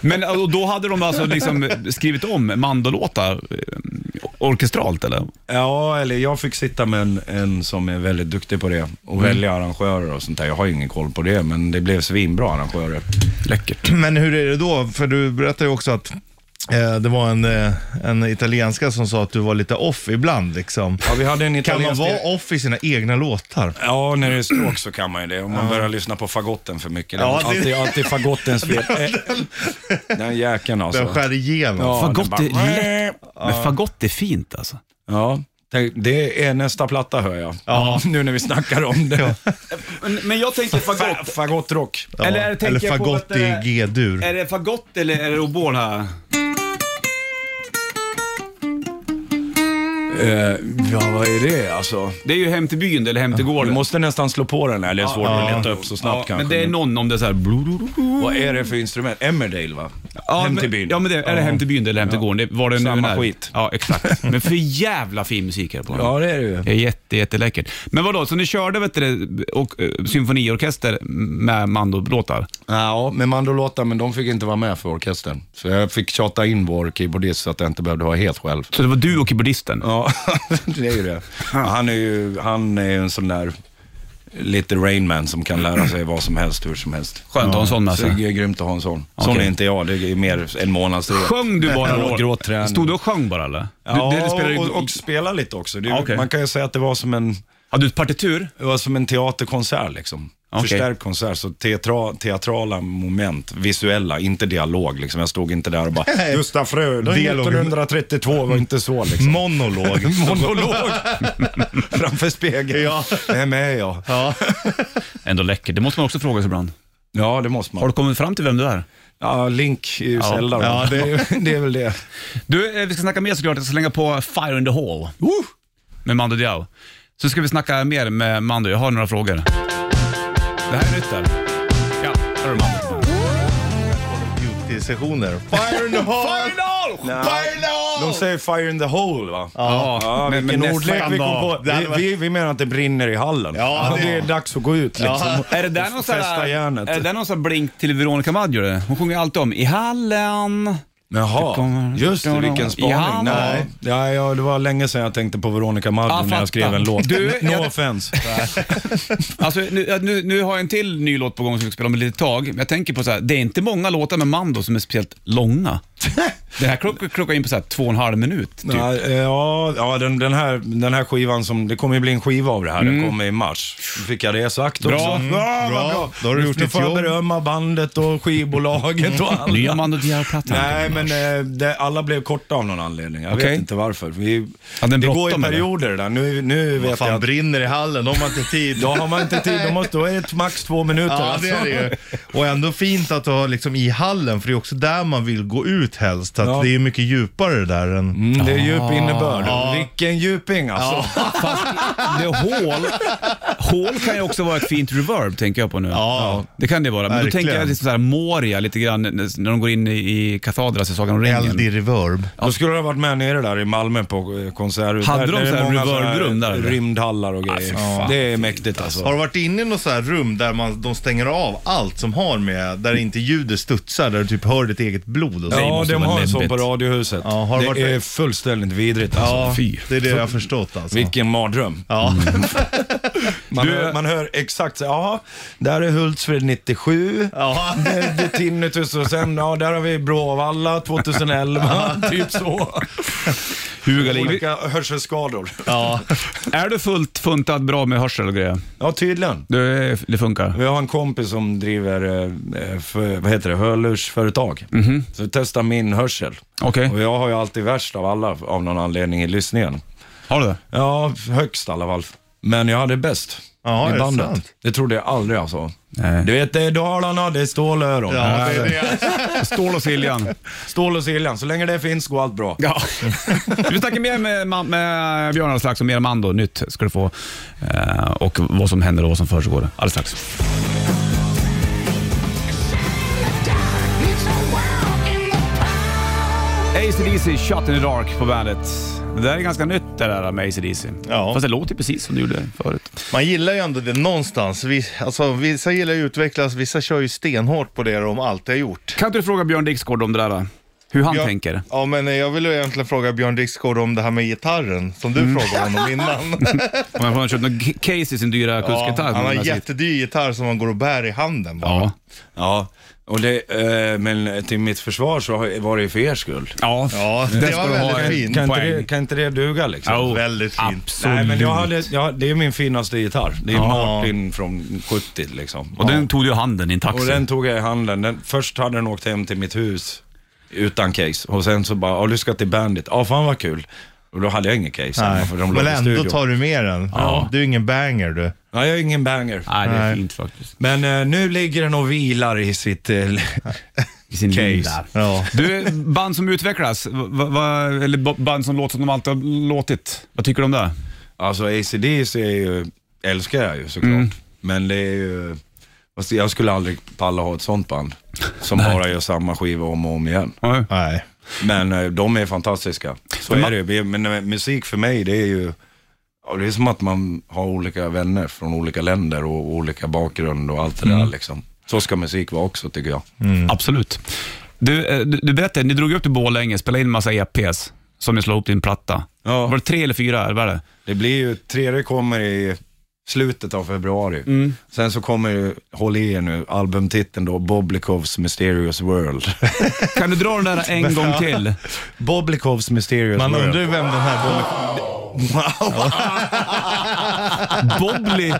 Men och då hade de alltså liksom skrivit om mandolåtar eh, orkestralt eller? Ja, eller jag fick sitta med en, en som är väldigt duktig på det Mm. och välja arrangörer och sånt där. Jag har ju ingen koll på det, men det blev svinbra arrangörer. Läckert. Men hur är det då? För du berättade ju också att eh, det var en, eh, en italienska som sa att du var lite off ibland. Liksom. Ja, vi hade en Kan man italiensk... vara off i sina egna låtar? Ja, när det är stråk så kan man ju det. Om man börjar lyssna på fagotten för mycket. Ja, Ja, det- alltid, alltid fagottens fel. Den, den jäkeln alltså. Den skär igenom. Ja, Fagott den bara- är Men fagott är fint alltså. Ja, tänk- det är nästa platta hör jag. Ja. Nu när vi snackar om det. Men, men jag tänker Fa- Fagottrock. Ja. Eller tänker eller jag på fagott att det i är- G-dur. Är det fagott eller är det obol här? Eh, ja, vad är det alltså? Det är ju Hem till byn eller Hem till Du gården. måste nästan slå på den här, det är svårt Ja. att leta upp så ja, snabbt men kanske. det är någon om det är såhär... Vad är det för instrument? Emmerdale va? Ja, Hem men- till byn. Ja, men det, är det Hem till byn eller Hem till gården? Det, var det nu Samma när? skit. Ja, exakt. Men för jävla fin musik här på den. Ja, det är det ju. Det är jätte, jätteläckert. Men vadå, så ni körde vet du, det, och, eh, symfoniorkester med mandolåtar? Ja, med mandolåtar, men de fick inte vara med för orkestern. Så jag fick tjata in vår keyboardist så att jag inte behövde vara helt själv. Så det var du och keyboardisten? Ja, det är ju det. Han är ju, han är ju en sån där lite Rainman som kan lära sig vad som helst, hur som helst. Skönt att ha en sån med Så det sig. är grymt att ha en sån. Sån Okej. är inte jag, det är mer en månads Sjöng du bara då? Gråtträning. Stod du och sjöng bara eller? Du, Ja, det spelade ju- och, och spela lite också. Det, är- Ja, okej. Man kan ju säga att det var som en, Hade du ett partitur? det var som en teaterkonsert liksom. Okej. Förstärkt konsert, så teatra, teatrala moment, visuella, inte dialog. Liksom. Jag stod inte där och bara, Gustaf Fröding Dialog. 1932 var inte så liksom. Monolog. Monolog framför spegeln. Ja. Vem är jag? ja. Ändå läckert, det måste man också fråga sig ibland. Ja, det måste Har man. du kommit fram till vem du är? Ja, Link är ju sällan. Ja, det, är, det är väl det. Du, eh, vi ska snacka mer såklart. Jag ska slänga på Fire in the Hall med Mando Diao. Så ska vi snacka mer med Mando. Jag har några frågor. Det här är nytt där. Ja, där är Mando. Beauty-sessioner. Fire in the hall! Fire in the De hall! säger fire in the hole va? Ja, Ja, men, men vilken nästa ordlek vi kom dag. på. Det hade Vi, varit- vi, vi menar att det brinner i hallen. Ja, det- det är dags att gå ut liksom. Ja. Är det där någon sån Fästa här, järnet. är det där någon sån här blink till Veronica Maggio? det? Hon sjunger alltid om i hallen. Jaha, Det kommer- just det, vilken spaning. Ja. Nej. Ja, ja, det var länge sedan jag tänkte på Veronica Maggio Ja, när fattar. jag skrev en låt. Du, no jag- offense. Alltså, nu, nu, nu har jag en till ny låt på gång som vi ska spela om ett litet tag. Men jag tänker på så här, det är inte många låtar med Mando som är speciellt långa. Den här klock- klockar in på så här två och en halv minut. Typ. Ja, eh, ja, ja den, den, här, den här skivan som, det kommer ju bli en skiva av det här. Den kommer i mars. Nu fick jag det sagt Bra. också. Mm, Ja, vad bra. Då har du Nu- gjort Nu ditt får jag jobb. berömma bandet och skivbolaget och allt. Nya Mando Diao-plattan. Nej, men eh, det, alla blev korta av någon anledning. Jag Okej. vet inte varför. Vi, Ja, den det går bråttom, i eller? perioder det där. Nu, nu vet jag Fan, att brinner i hallen. De har inte tid. då har man inte tid. Då, måste, då är det max två minuter. Ja, alltså. det är det ju. Och ändå fint att du har liksom i hallen, för det är också där man vill gå ut helst. Att Ja. Det är mycket djupare det där än... Mm, det är djup innebörd. Vilken djuping alltså. Det är hål. Hål kan ju också vara ett fint reverb, tänker jag på nu. Ja. Det kan det vara. Men då Verkligen. tänker jag liksom så här Moria lite grann, när de går in i i Cathedra senaste Sagan om Eld i ringen. reverb. Då skulle du ha varit med nere där i Malmö på eh, konsert. Hade de där, så här reverbrum där, eller? Rymdhallar och fy grejer. fan. det är mäktigt Ah, alltså. Har du varit inne i något så här rum där man, de stänger av allt som har med, där inte ljudet studsar, där du typ hör ditt eget blod och så? Ja, måste de vara har en sån läbbigt. på Radiohuset. Ja, har du det varit är där? fullständigt vidrigt alltså. Ja, fy. det är det jag har förstått alltså. Vilken mardröm. Ja. Man, hör, man hör exakt så ja, där är Hultsfred 97. ja. Det är Tinnitus och sen, ja, där har vi Bråvalla 2011. typ så. Hugalin. Typ Olika hörselskador. ja. Är du fullt funtad bra med hörsel och grejer? Ja, tydligen. Du, eh, det funkar? Vi har en kompis som driver, eh, eh, för, vad heter det, hörlursföretag. Mhm. Så vi testar min hörsel. Okej. Och jag har ju alltid värst av alla av någon anledning i lyssningen. Har du det? Ja, högst i alla fall. Men jag hade bäst Ja, är i det bandet. sant? Det trodde jag aldrig alltså. Nej. Du vet, det är Dalarna, det är stålöron. ja, det är det. Eh, Stål och Siljan. Stål och Siljan, så länge det finns går allt bra. Ja. Vi snackar mer med, ma- med Björn alldeles strax och mer Mando. Nytt ska du få. Eh, och vad som händer och vad som försiggår alldeles strax. AC/DC Shot in the Dark på bandet. Det där är ganska nytt det där med AC/DC. Ja. Fast det låter ju precis som det gjorde förut. Man gillar ju ändå det någonstans. Vi, alltså, vissa gillar ju att utvecklas, vissa kör ju stenhårt på det de alltid har gjort. Kan inte du fråga Björn Dixgård om det där? då? Hur han Jag- tänker? Ja, men eh, jag ville egentligen fråga Björn Dixgård om det här med gitarren, som du Mm. frågade honom innan. Om han har köpt någon k- case i sin dyra ja, kustgitarr. han har en Där sitter- jättedyr gitarr som man går och bär i handen bara. Ja. Ja, och det, eh, men till mitt försvar så har- var det ju för er skull. Ja, Ja, det ska var du ha väldigt en fint. Kan inte, poäng. det, kan inte det duga liksom? Ja, Väldigt fint. Oh, Absolut. Nej, men jag hade, jag, det är min finaste gitarr. Det är en Ja. Martin från 70 liksom. Och den tog du i handen i en taxi. Och den tog jag i handen. Den, först hade den åkt hem till mitt hus utan case. Och sen så bara, ja du ska till Bandit. Ja fan vad kul. Och då hade jag ingen case. hemma, Nej, För de men låg i ändå studion. tar du med den. Ja. Du är ingen banger du. Ja, jag är ingen banger. Nej, det är Nej. fint faktiskt. Men eh, nu ligger den och vilar i sitt... Eh, I sin Case. linda. Ja. Du, band som utvecklas, va, va, eller ba- band som låter som de alltid har låtit. Vad tycker du om det? alltså ACDC är ju, älskar jag ju såklart. Men det är ju... fast Jag skulle aldrig palla ha ett sånt band. Som bara gör samma skiva om och om igen. Ja. Nej. Men eh, de är fantastiska. Så Men men man- är det ju. Vi- Men eh, musik för mig, det är ju... ja, Det är som att man har olika vänner från olika länder och olika bakgrund och allt det Mm. där liksom. Så ska musik vara också tycker jag. Absolut. Du, eh, du, du berättade, ni drog upp till Borlänge, spelade in massa EPs som ni slog ihop till en platta. Ja. Var det tre eller fyra? Eller vad är det? Det blir ju, tredje kommer i slutet av februari. Mm. Sen så kommer ju, håll i er nu, albumtiteln då, Boblikovs Mysterious World. Kan du dra den där en gång till? Boblikovs Mysterious Man World. undrar ju vem den här Bobby... Bobbly.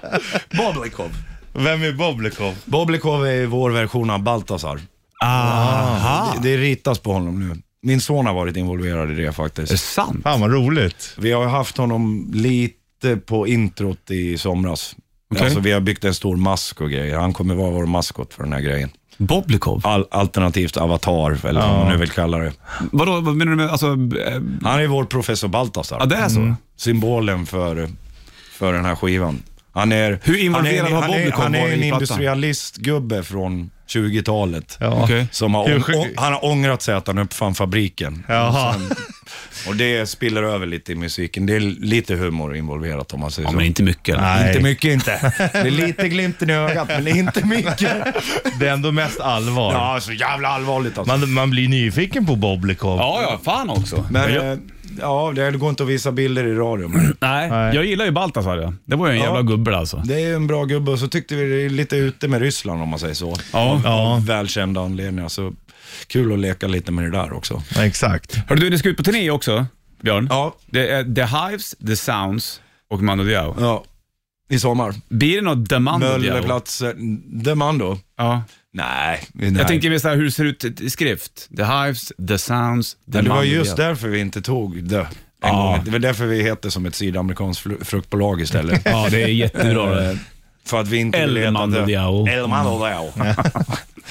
Boblikov. Vem är Boblikov? Boblikov är ju vår version av Baltasar. Ah. Aha. Det, det ritas på honom nu. Min son har varit involverad i det Är det faktiskt. sant? Fan vad roligt. Vi har ju haft honom lite på introt i somras. Okej. Alltså, vi har byggt en stor mask och grejer. Han kommer vara vår maskot för den här grejen. Boblikov? Al- alternativt avatar, eller vad man nu vill kalla det. Vadå, vad menar du med, alltså, eh, Han är vår professor ja Baltasar. det är så? Symbolen för, för den här skivan. Han är, Hur involverad han är, har han Bobby är, han är varit i en plattan? industrialistgubbe från 20-talet. Ja. Okej. Som har, Hur ång- sjuk- han har ångrat sig att han uppfann fabriken. Jaha. Och det spiller över lite i musiken. Det är lite humor involverat om man säger Ja, så. men inte mycket. eller? Nej. Inte mycket inte. Det är lite glimten i ögat, men inte mycket. Det är ändå mest allvar. Ja, så jävla allvarligt alltså. Man, man blir nyfiken på Boblikov. Ja, ja, fan också. Men, eh, ja, det går inte att visa bilder i radio. Men Nej, Nej. jag gillar ju Baltasar. Ja. Det var ju en Ja. jävla gubbe alltså. det är ju en bra gubbe och så tyckte vi det är lite ute med Ryssland om man säger så. Ja. Ja, Av välkända anledningar. Så kul att leka lite med det där också. exakt. Hörru du, ni ska ut på turné också, Björn. Ja, Det är The Hives, The Sounds och Mando Diao. ja. i sommar. eh, Blir det något The Mando Diao? Mölleplatsen, Demando. Ja. Nej, nej. Jag tänkte mer såhär, hur ser det ut i skrift? The Hives, The Sounds, The Men det var Mando just Diao. därför vi inte tog det. En Ja. gång. Det var därför vi heter som ett sydamerikanskt fru- fruktbolag istället. Ja, det är jättebra Eh, det. För att vi inte El vill heta Mando det. Diao. El Mando Diao. Ja,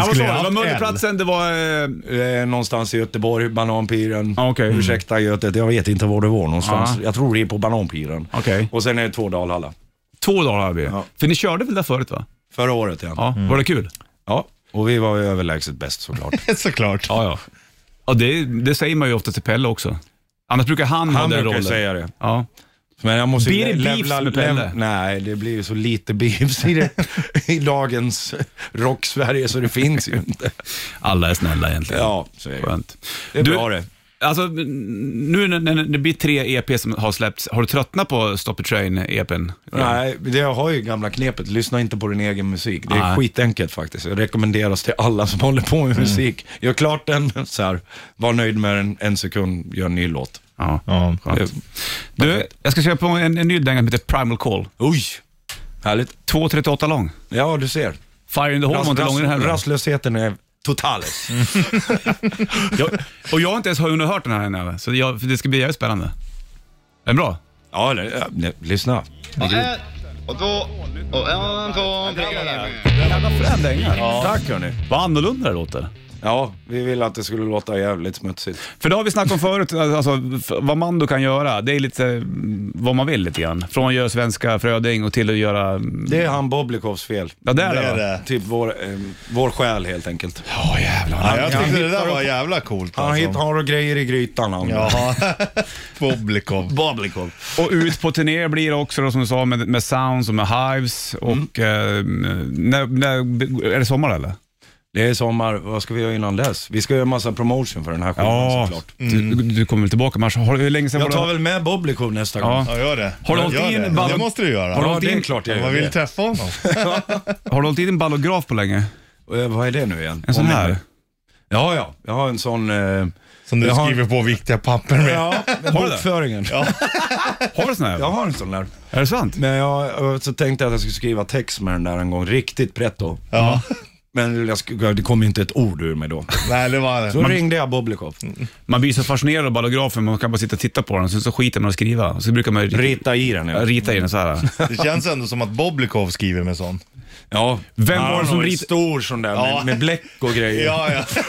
vad sa skulle du? jag Det var haft Mölleplatsen, det var... eh, Mm. Eh, Någonstans i Göteborg, Bananpiren. Ja, okej. Ursäkta Götet, jag vet inte var det var någonstans. Ja. Jag tror det är på Bananpiren. Okej. Och sen är det två Dalhalla. Två dagar har vi. Ja. För ni körde väl där förut va? Förra året igen. Ja. Var det kul? Ja. Och vi var ju överlägset bäst såklart. Såklart. Ja, ja. ja det, det säger man ju ofta till Pelle också. Annars brukar han, ha Han den brukar rollen. ju säga det. Ja. Men jag måste Blir det lä- beefs lämna- med Pelle? lämna- Nej, det blir ju så lite beefs i, det, i dagens eh, rock-Sverige så det finns ju inte. Alla är snälla egentligen. Ja, så är det. Skönt. Det är bra det. Alltså, nu när, när det blir tre EP som har släppts, har du tröttnat på Stop a Train-EPn? Nej, det jag har ju gamla knepet, lyssna inte på din egen musik. Det är Nej. skitenkelt faktiskt. Det rekommenderas till alla som håller på Mm. med musik. Gör klart den, så här, var nöjd med den en sekund, gör en ny låt. Ja. Ja. Skönt. Du, jag ska köpa en, en ny dänga som heter Primal Call. Oj, härligt. 2.38 lång. Ja, du ser. Fire in the Hole var inte Ras- långare heller. rastlösheten är total. Jag, och jag har inte ens hunnit hört den här än, eller? så jag, för det ska bli jävligt spännande. Är den bra? ja, eller, ja, nej, lyssna. Och två, och en, två, tre. Jävla frän dänga. Tack hörni. Vad annorlunda det låter. Ja, vi ville att det skulle låta jävligt smutsigt. För det har vi snackat om förut, alltså, f- vad Mando kan göra, det är lite mm, vad man vill lite grann. Från att göra svenska Fröding och till att göra... mm, Det är han Boblikovs fel. Ja, det är Det det, är va? det. Typ vår, eh, vår själ helt enkelt. Åh Ja, jävlar. jag Han tyckte det där hittar var upp- jävla coolt Han hittar alltså. har grejer i grytan han. Ja. Boblikov. Boblikov. Och ut på turné blir det också då, som du sa med, med Sounds och med Hives. Och, Mm. eh, när, när, är det sommar eller? Det är sommar, vad ska vi göra innan dess? Vi ska göra massa promotion för den här skivan såklart. du, du kommer väl tillbaka mars. Har, hur länge sedan Mm. Jag var tar det? väl med Boblikov nästa gång. Ja. Ja, gör det. Har du hållit Gör in det. band- det måste du göra. Har du Ja, hållit det är in- klart jag Man gör vill det. träffa honom. Har du hållit i din ballograf på länge? Eh, Vad är det nu igen? En sån Om- här? Ja, ja. Jag har en sån... Eh, Som du Jag har- skriver på viktiga papper med. ja, bokföringen. Ja. Har du sån här? Jag har en sån där. Är det sant? Men jag, jag- så tänkte jag att jag skulle skriva text med den där en gång, riktigt pretto. Ja. Men jag skulle, det kom ju inte ett ord ur mig då. Nej, det var Då det. ringde jag Boblikov. Man blir så fascinerad av ballografen, man kan bara sitta och titta på den, sen så skiter man och skriva. Så brukar man ju rita, Rita i den. Ja. rita i den så här. Det känns ändå som att Boblikov skriver med sån. ja. Vem Han var det som har en rit- stor sån där Ja. med, med bläck och grejer. Ja, ja.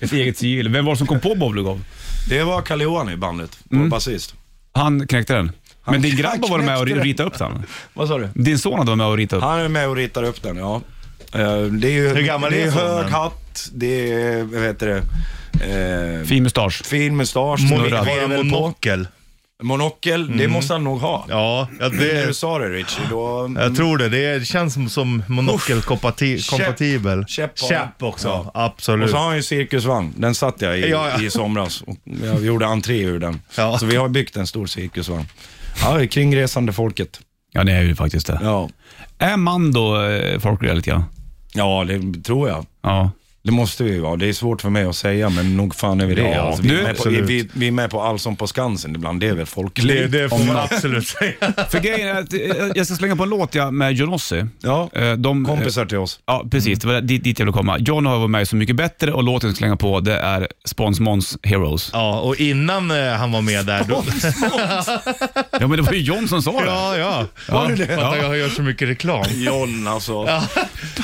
Ett eget sigill. Vem var det som kom på Bovlugov? Det var Kalle Johan i bandet, vår basist. Han knäckte den. Men din Han grabb var med och knäckte den. ritade upp den. Vad sa du? Din son hade varit med och ritat upp. Han är med och ritar upp den, ja. Eh, Det är ju Hur gammal det är är sonen? hög hatt, det är, vad heter det, eh, Fin mustasch. fin mustasch, Monokel. snurrad. Var det monokel? Monokel, det måste han nog ha. Mm. Ja, ja När du det, sa det Richie, då... jag tror det. Det känns som, som Käpp. monokelkompatibel. Käpp har Käpp han. också, Ja. absolut. Och så har han ju cirkusvagn, den satt jag i, Ja, ja. i somras. Och jag gjorde entré ur den. Ja. Så vi har byggt en stor cirkusvagn. Ja, det är kringresande folket. Ja, det är ju faktiskt det. Ja, Är man då eh, folklig lite grann? ja det tror jag. Ja. Det måste vi ju vara. Det är svårt för mig att säga, men nog fan är vi det. Ja, alltså, vi, du- är med på, vi, absolut. vi, vi är med på Allsång på Skansen ibland, det är väl det, folkligt. det får man absolut säga. För grejen är att eh, jag ska slänga på en låt ja, med Johnossi. Ja, Eh, De, kompisar Mm. till oss. Ja, precis. Det var dit, dit jag ville komma. John har varit med i Så Mycket Bättre och låten jag ska slänga på det är Spons Mons Heroes. Ja, och innan eh, han var med där då... Ja, men det var ju John som sa det. Ja, ja. Var det det? Jag har gjort så mycket reklam. John alltså.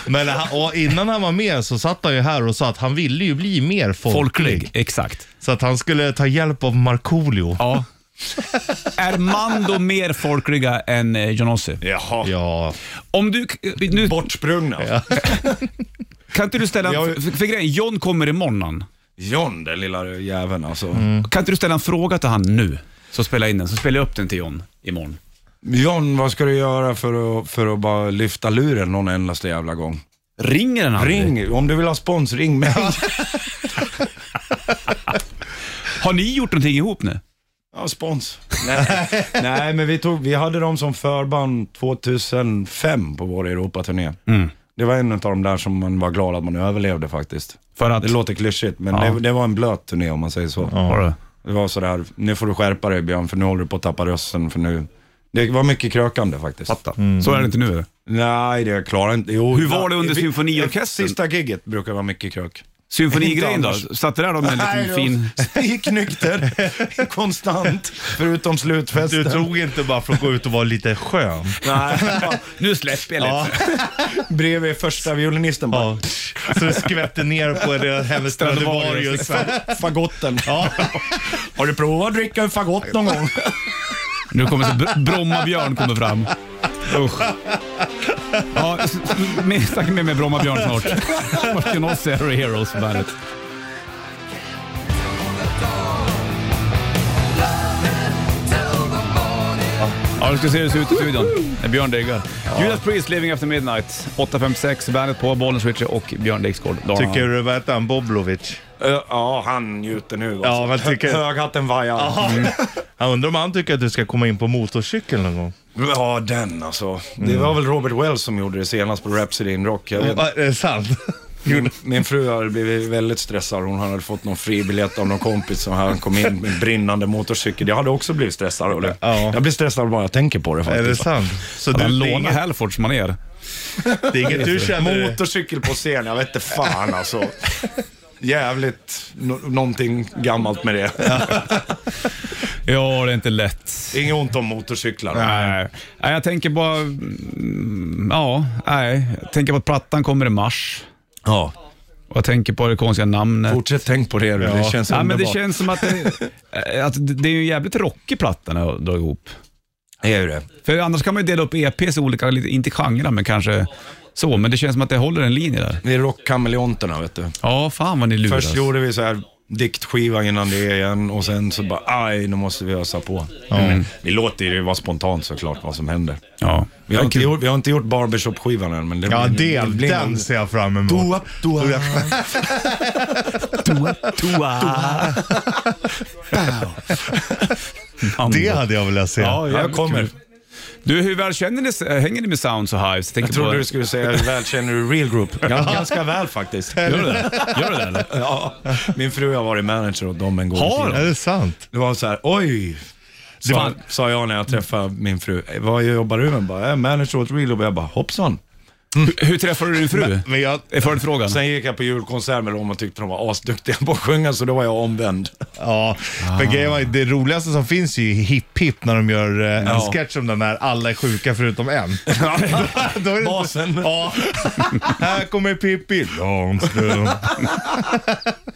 Men han, och innan han var med så satt han ju här och sa att han ville ju bli mer folklig. Folklig. Exakt. Så att han skulle ta hjälp av Markoolio. Ja. är Mando mer folkliga än eh, Johnossi? Jaha. Ja. Om du... Nu, Bortsprungna. kan inte du ställa... Jag- För, för grejen, John kommer imorgon. han. John, den lilla jäveln alltså. Kan inte du ställa en fråga till han nu? Så spelar jag in den, så spelar jag upp den till John imorgon. John, vad ska du göra för att, för att bara lyfta luren någon endaste jävla gång? Ringer den aldrig? Ring, om du vill ha spons, ring mig. Har ni gjort någonting ihop nu? Ja, spons. Nej, Nej men vi, tog, vi hade dem som förband 2005 på vår Europaturné. Mm. Det var en av de där som man var glad att man överlevde faktiskt. För att... Det låter klyschigt, men Ja. det, det var en blöt turné om man säger så. Har du? Det var sådär, nu får du skärpa dig Björn, för nu håller du på att tappa rösten, för nu... Det var mycket krökande faktiskt. Fatta. Så är det inte nu eller? Nej, det klarar jag inte. Jo, Hur var det under vi- symfoniorkestern? Sista gigget brukar vara mycket krök. Symfonigrejen Inte då? annars. Satt det där då med en Nej, liten då. fin... Spiknykter, konstant, förutom slutfesten. Du tog inte bara för att gå ut och vara lite skön. Nej, Nu släpper jag lite. Ja. bredvid första violinisten bara. Ja. Så du skvätte ner på det hennes liksom. Stradivarius. Fagotten. Ja. Har du provat att dricka en fagott någon gång? Nu kommer så Br- Brommabjörn kommer fram. Usch. Ja, s- med- snacka med mig Bromma Björn snart. Martin Ossi, Aero Heroes på bandet. Ja, du ska se hur det ser ut i studion. när Björn diggar. Judas Priest, Living After Midnight. 8.56, bandet på, Bollnäs Switcher och Björn Dixgård. Dalarna. Tycker du, vad heter han, Boblovic? Ö, Ja, han njuter nu. Alltså. Ja, men tycker- Hö- Höghatten vajar. Mm. Jag undrar om han tycker att du ska komma in på motorcykel någon gång? Ja, den alltså. Det var väl Robert Wells som gjorde det senast på Rhapsody in Rock. Jag vet. Va, Är det sant? Min, min fru hade blivit väldigt stressad. Hon hade fått någon fribiljett av någon kompis som han kom in med en brinnande motorcykel. Jag hade också blivit stressad. Olle. Ja. Jag blir stressad bara jag tänker på det Är faktiskt. det sant? Så Att du, han det, är lånar inget, Halfords manér. det är inget du känner? Motorcykel på scen, jag vet inte fan alltså. Jävligt no någonting gammalt med det. Ja, det är inte lätt. Inget ont om motorcyklar. Nej, Nej, jag tänker bara... mm, Ja, nej. Jag tänker på att plattan kommer i mars. Ja. Och jag tänker på det konstiga namnet. Fortsätt tänk på det du. Det känns Ja, men det underbart. känns som att det, att det är ju en jävligt rockig platta när jag drar ihop. Det är ju det. För annars kan man ju dela upp EPs i olika, lite- inte genrer, men kanske så. Men det känns som att det håller en linje där. Det är rockkameleonterna vet du. Ja, fan vad ni luras. Först gjorde vi så här diktskiva innan det igen och sen så bara aj, nu måste vi ösa på. Mm. Vi låter ju det vara spontant såklart vad som händer. Ja. Vi har, inte gjort, vi har inte gjort barbershop-skivan än, men Mm, det Ja, blir- det, blir någon- den ser jag fram emot. Doa, Det hade jag velat se. Ja, Jag kommer. Du, hur väl känner ni, hänger ni med Sounds och Hives? tänker Jag trodde på- du skulle säga hur väl känner du Real Group? Gans, ganska väl faktiskt. Gör du det? Gör du det eller? Ja, min fru har varit manager åt dem en gång i Har tiden. Är det sant? Det var så här, oj. Det var, Fan. sa jag när jag träffade min fru. Vad jobbar du med? Bara, jag är manager åt Real Group. Jag bara, hoppsan. Hur- Hur träffade du din fru? Men jag, Är följdfrågan. Sen gick jag på julkonsert med dem och tyckte de var asduktiga på att sjunga, så då var jag omvänd. ja, men grejen var, det roligaste som finns är ju Hipp Hipp när de gör eh, en Ja. sketch om den där alla är sjuka förutom en. Då är det- Basen. Ja. Här kommer Pippi Långstrump.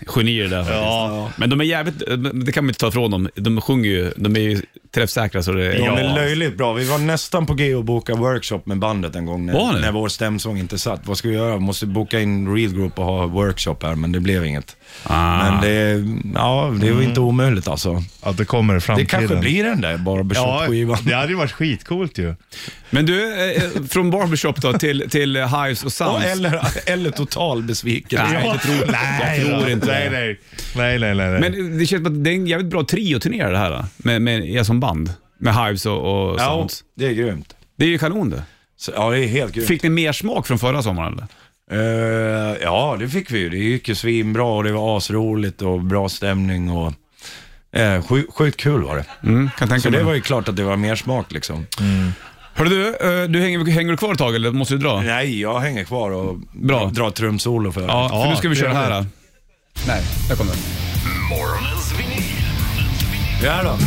Genier där faktiskt. Men de är jävligt, det kan man inte ta ifrån dem. De sjunger ju, de är ju träffsäkra så det De är löjligt bra. Vi var nästan på G att boka workshop med bandet en gång Var ni? när, när vår stämsång inte satt. Vad ska vi göra? Vi måste boka in Real Group och ha workshop här, men det blev inget. Ah. Men det, ja, det är ju Mm. inte omöjligt alltså. Att det kommer i Det framtiden. kanske blir den där Ja, barbershop-skivan. det hade ju varit skitcoolt ju. Men du, eh, eh, från Barbershop då till, till Hives och Ja, Sounds. eller, eller total besvikelse. Nej, det tror jag. nej, Jag tror då. inte det. nej, nej. nej, nej, nej, nej. Men det känns som att det är en jävligt bra trio-turné det här. då, Med, med er som band. Med Hives och, och Ja, Sounds. det är grymt. Det är ju kanon det. Så, ja, det är helt grymt. Fick ni mer smak från förra sommaren eller? Eh, ja, det fick vi ju. Det gick ju svinbra och det var asroligt och bra stämning och eh, sju- sjukt kul var det. Mm, kan tänka Så det mig. var ju klart att det var mer smak liksom. Hörru du, eh, du hänger, hänger du kvar ett tag eller måste du dra? Nej, jag hänger kvar och Bra. drar trumsolo för Ja, för Ja, nu ska vi köra trevligt. här. då. Nej, där kommer den. Morgonens vinyl. Ja då.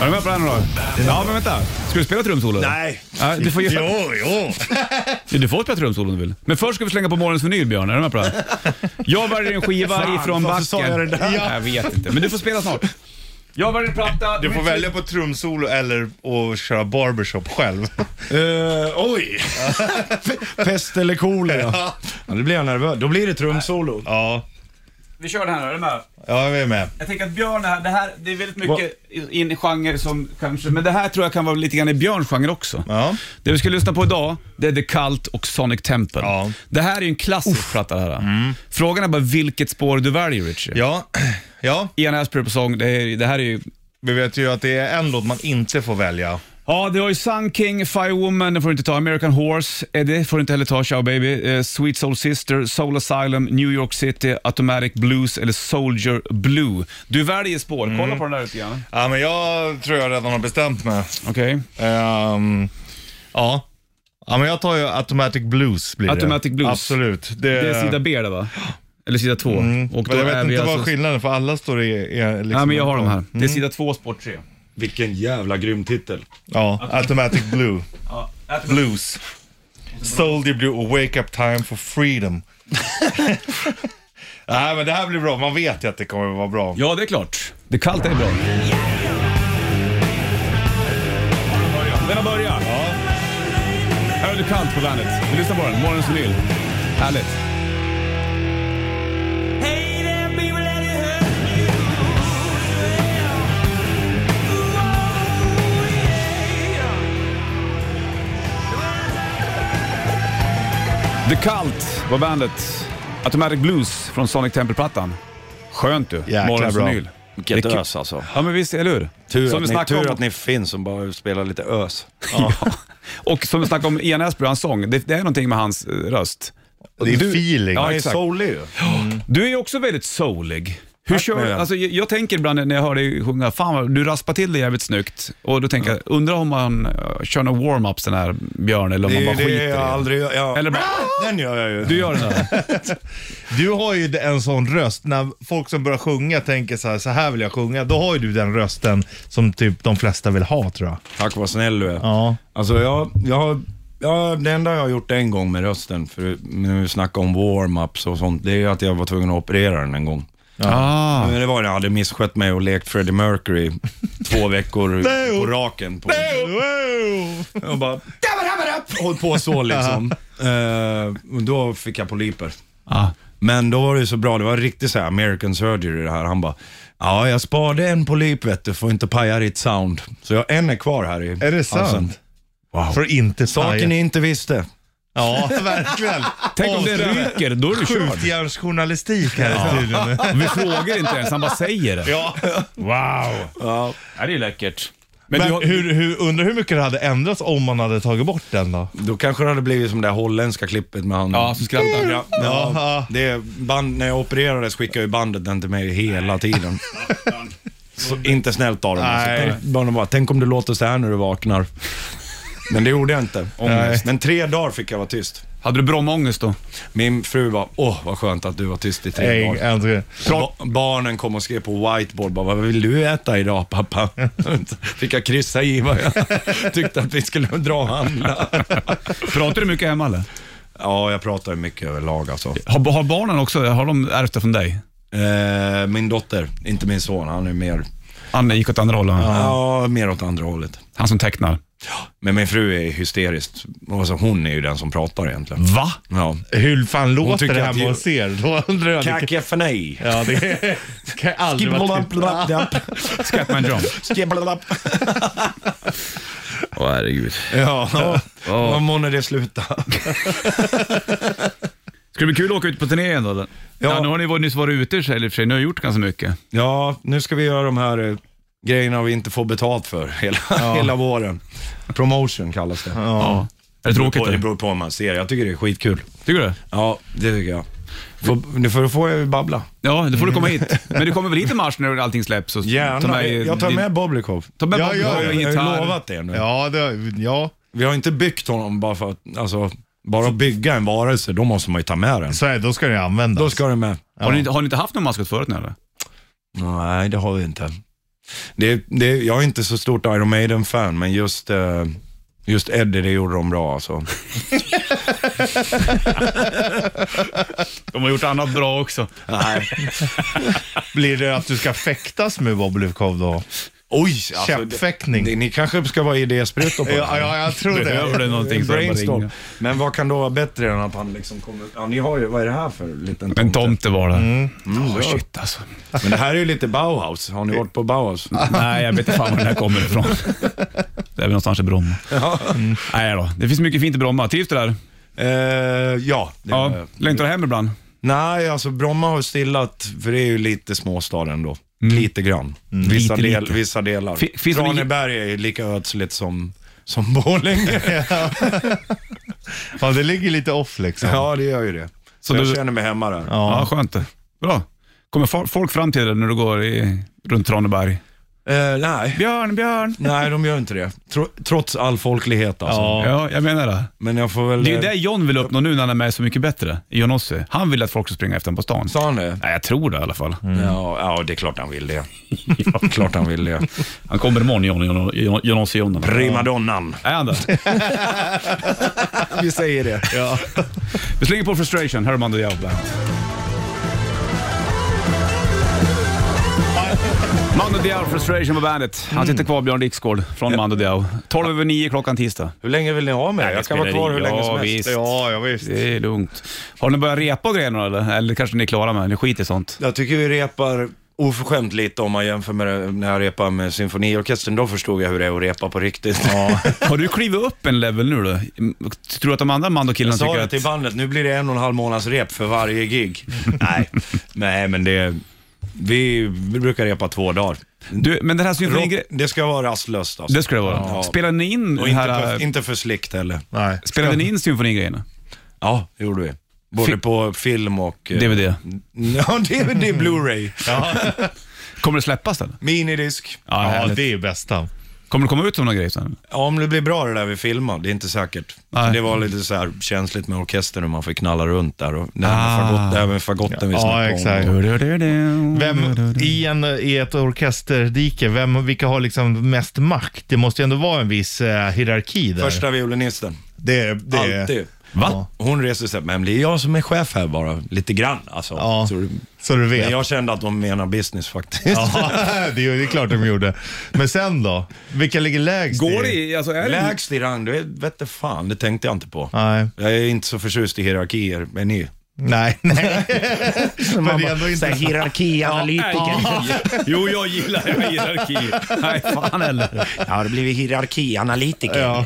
Är du med på den då? Ja, men vänta. Ska du spela trumsolo? Nej. Ja, du, får ge... Jo, jo. du får spela trumsolo om du vill. Men först ska vi slänga på morgonens vinyl, Björn. Är du med på det? Jag väljer en skiva Fan, ifrån varför backen. sa jag det där? Jag vet inte, men du får spela snart. Jag väljer en platta. Du får välja på trumsolo eller att köra barbershop själv. Eh, oj! Pest eller kolera? Ja. Ja, nu blir jag nervös. Då blir det trumsolo. Ja, Vi kör den här, är du med? ja jag är med. Jag tänker att Björn, är här, det här det är väldigt mycket in i genre som kanske, men det här tror jag kan vara lite grann i Björns genre också. Ja. Det vi ska lyssna på idag, det är The Cult och Sonic Temple. Ja. Det här är ju en klassisk platta. det Här. Mm. Frågan är bara vilket spår du väljer, Richie. Ja. ja, Ian Asper på sång, det, är, det här är ju... vi vet ju att det är en låt man inte får välja. Ja, du har ju Sun King, Firewoman, den får du inte ta. American Horse, eh, det får du inte heller ta. Ciao Baby. Eh, Sweet Soul Sister, Soul Asylum, New York City, Automatic Blues eller Soldier Blue. Du väljer spår. Kolla Mm. på den där lite grann. Ja, men jag tror jag redan har bestämt mig. Okej. Ehm, ja. ja, men jag tar ju Automatic Blues. Blir Automatic det. Blues. Absolut. Det är sida B där va? Eller sida 2. Och Mm. men jag är vet vi inte vad alltså- skillnaden för alla står i... i liksom, Nej, men jag har dem här. Det är sida 2, spår 3. Vilken jävla grym titel. Ja, Automatic Blue. Blues. Soldier Blue och Wake Up Time for Freedom. Nej men det här blir bra, man vet ju att det kommer att vara bra. Ja, det är klart. Det kallt är bra. Den har börjat. Ja. Här har du kallt på bandet. Vi lyssnar på den. Morgonens vinyl. Härligt. The Cult var bandet. Automatic Blues från Sonic Temple-plattan. Skönt du. Jäkla Morgonens bra. vinyl. Vilket Vilket- ös alltså. Ja men visst, eller hur? Tur, att vi ni, snackade tur om- att ni finns som bara spelar lite ös. Ja. Och som vi snackade om Ian Asbury, hans sång, det, det är någonting med hans eh, röst. Det är feeling. Ja, Det är exakt. Mm. Solig ju. Du är ju också väldigt soulig. Hur kör, men- alltså, jag, jag tänker ibland när jag hör dig sjunga, fan vad du raspar till det jävligt snyggt. Och då tänker jag, undrar om man eh, kör någon warm-up den här Björn eller om Det är man ju bara det skiter i jag det. aldrig gör. Ja. Eller bara, Den gör jag ju. du gör den där. Du har ju en sån röst, när folk som börjar sjunga tänker så här, så här vill jag sjunga. Då har ju du den rösten som typ de flesta vill ha tror jag. Tack vad snäll du är. Ja. Alltså jag, jag, har- ja, det enda jag har gjort en gång med rösten, för nu snackar om warm-ups och sånt, det är ju att jag var tvungen att operera den en gång. Ah. Men det var när jag hade misskött mig och lekt Freddie Mercury två veckor på raken. På, och bara... Håll på så liksom. Eh, och då fick jag polyper. Ah. Men då var det ju så bra, det var riktigt så här American surgery det här. Han bara, ja jag sparade en polyp vet du, får inte paja ditt sound. Så jag en är kvar här i Är det halsen. sant? Wow. För inte Saker paja. ni inte visste. Ja, verkligen. Tänk om det ryker, då är du körd. Skjutjärnsjournalistik här i studion. Vi frågar inte ens, han bara säger det. Ja. Wow. Ja, det är läckert. Men, Men du har, hur, hur, undrar hur mycket det hade ändrats om man hade tagit bort den då? Då kanske det hade blivit som det här holländska klippet med han. Ja, som skrattar. Ja, Ja. det band, när jag opererades skickade ju bandet den till mig hela tiden. Så, inte snällt av dem. Nej. Alltså, de bara, tänk om du låter så här när du vaknar. Men det gjorde jag inte. Ångest. Men tre dagar fick jag vara tyst. hade du Brommaångest då? Min fru var, åh vad skönt att du var tyst i tre En, dagar. en, tre. Och Ba barnen kom och skrev på whiteboard, bara, vad vill du äta idag pappa? Fick jag kryssa i vad jag tyckte att vi skulle dra och handla. Pratar du mycket hemma eller? Ja, jag pratar mycket överlag alltså. Har, har barnen också, har de ärvt det från dig? Eh, min dotter, inte min son, han är mer, Anne gick åt andra hållet. va? ja, mer åt andra hållet. Han som tecknar. Men min fru är hysterisk. Alltså, hon är ju den som pratar egentligen. Va? Ja. Hur fan låter tycker det att hemma det- hos er? Då undrar jag. Det, Kakafoni. ja, det kan aldrig vara typ. Scatman John. Åh herregud. Ja, vad månne det sluta. Ska det bli kul att åka ut på turné igen då? eller? Ja. nu har ni varit- nyss varit ute i och för sig, ni har gjort ganska mycket. Ja, nu ska vi göra de här eh, grejerna vi inte får betalt för hela, hela våren. Promotion kallas det. Ja. Är det tråkigt? det eller? beror på hur man ser det. Jag tycker det är skitkul. Tycker du? Ja, det tycker jag. För, för då får jag ju babbla. Ja, då får du komma hit. Men du kommer väl hit i mars när allting släpps? Och Gärna. jag tar din- med Boblikov. Ta med Jag Bobby gör Hall det. och Jag har gitarr. ju lovat det nu. Ja, det, ja, Vi har inte byggt honom bara för att, alltså, bara att bygga en varelse, då måste man ju ta med den. så är det. Då ska det användas. Då ska den med. Har, ni, inte- har ni inte haft någon maskot förut nu eller? Nej, det har vi inte. Det, det, jag är inte så stort Iron Maiden-fan, men just, eh, just Eddie, det gjorde de bra alltså. De har gjort annat bra också. Nej. Blir det att du ska fäktas med Boblivkov då? Oj! alltså, Käppfäktning. det, ni kanske ska vara idésprutor på Ja, det. ja, jag tror Behöver du det. någonting så är det bara att Brainstorm. ringa. Men vad kan då vara bättre än att han liksom kommer... Ja, ni har ju, vad är det här för liten tomte? En tomte var det. Mm, Åh, ja. shit alltså. Men det här är ju lite Bauhaus. Har ni varit på Bauhaus? Nej, jag vet inte fan var den här kommer ifrån. Det är väl någonstans i Bromma. Mm. Nej då, det finns mycket fint i Bromma. Trivs du där? Eh, ja, det gör Ja. jag. Längtar du hem ibland? Nej, alltså Bromma har stillat, för det är ju lite småstad ändå. Lite grann. Vissa, Lite, del, lite. vissa delar. Fi- finns det Traneberg är ju lika ödsligt som, som Borlänge. Ja, det ligger lite off liksom. ja, det gör ju det. Så jag du- känner mig hemma där. Ja, skönt det. Bra. Kommer fo- folk fram till dig när du går i, runt Traneberg? Eh, nej. Björn, Björn! nej, de gör inte det. Tro, trots all folklighet alltså. Ja. Ja, Eh. jag menar det. Men jag får väl... Det är ju det John vill uppnå nu när han är med Så Mycket Bättre, i John Ossie. Han vill att folk ska springa efter honom på stan. Sa han det? Nej, jag tror det i alla fall. Ja, ja, det är klart han vill det. klart han vill det. Han kommer imorgon, John, John, John, John Ossie John. Primadonnan. Är han det? Vi säger det. Ja. Vi slänger på Frustration, här är Mando Diao Band. Mando Diao, Frustration på bandet. Han sitter kvar, Björn Dixgård, från Mando Diao. 12 över 9 klockan tisdag. Hur länge vill ni ha mig? det Jag kan vara spelar kvar hur ingen- länge som Ja, helst. visst. Ja, ja visst. Det är lugnt. Har ni börjat repa och grejer nu, eller? Eller kanske ni är klara med det? Ni skiter i sånt? Jag tycker vi repar oförskämt lite om man jämför med det- när jag repar med symfoniorkestern. Då förstod jag hur det är att repa på riktigt. Ja. Har du klivit upp en level nu då? Tror du att de andra Mando-killarna Jag sa tycker det att... till bandet, nu blir det en och en halv månads rep för varje gig. Nej, Nej men det... Vi brukar repa två dagar. Du, men den här Rock, symfonigrejen... det ska vara rastlöst alltså. Det skulle det vara. Ja. Spelade ni in och den inte, här... för, inte för slickt heller. Nej. Spelade ni in symfonigrejerna? Ja, det gjorde vi. Både Fi- på film och... eh, DVD? Ja, DVD, Blu-ray. Kommer det släppas eller? Minidisk. Ja, härligt. det är bästa. Kommer det komma ut som någon grej sen? Ja, om det blir bra det där vi filmar, det är inte säkert. Nej. Det var lite så här känsligt med orkestern och man får knalla runt där. Och det Ah. här med fagott, det här med fagotten vi Ja, snackade om. exakt. Vem i, en, i ett orkesterdike, vem, vilka har liksom mest makt? Det måste ju ändå vara en viss eh, hierarki där. Första violinisten, det, det, alltid. Va? Hon reser sig upp, men det är jag som är chef här bara, lite grann alltså. Ja, Så, så du vet. men jag kände att de menar business faktiskt. Ja, det, är- det är klart de gjorde. Men sen då? Vilka ligger lägst? i- Går det i... Alltså, är det... Lägst i rang, det vette fan, det tänkte jag inte på. Nej, Jag är inte så förtjust i hierarkier, men ni? nej, nej. Men det är ändå inte... Hierarkianalytiker. Jo, jag gillar hierarki. Nej, fan heller. Jag har blivit hierarkianalytiker. Ja.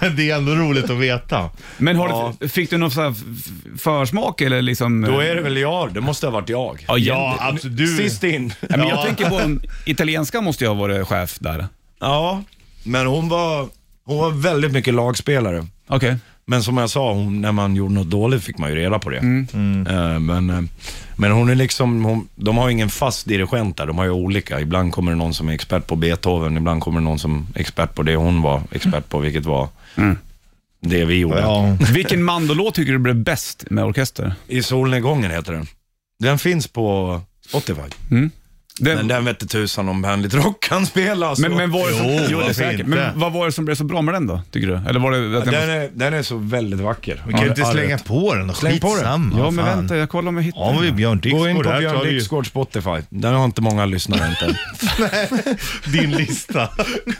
Men det är ändå roligt att veta. Men har du, fick du någon så här f- f- försmak eller liksom... Då är det väl jag, det måste ha varit jag. Ja, Ja, ja. absolut. Du... Sist in. Nej, men jag Ja. tänker på, en- italienska måste ju ha varit chef där. Ja, men hon var, hon var väldigt mycket lagspelare. Okej. Men som jag sa, hon, när man gjorde något dåligt fick man ju reda på det. Mm. Eh, men, eh, men hon är liksom, hon, de har ju ingen fast dirigent där, de har ju olika. Ibland kommer det någon som är expert på Beethoven, ibland kommer det någon som är expert på det hon var expert på, vilket var Mm. det vi gjorde. Ja. Vilken mandolåt tycker du blev bäst med orkester? I solnedgången heter den. Den finns på Spotify. Den, Men men, den vette tusan om Bandit Rock kan spela. alltså. men, var det som, Jo, jo, det är varför säkert. inte? men vad var det som blev så bra med den då, tycker du? Eller var det att den, den, är, den är så väldigt vacker. Vi kan ju inte Arvet. slänga på den. Släng på den. Skitsamma, Ja, men fan. vänta, jag kollar om jag hittar Ja, vi är den. Björn Gå in Dixgård. på Här tar Björn vi ju Dixgårds Spotify. Där har inte många lyssnare inte. din lista.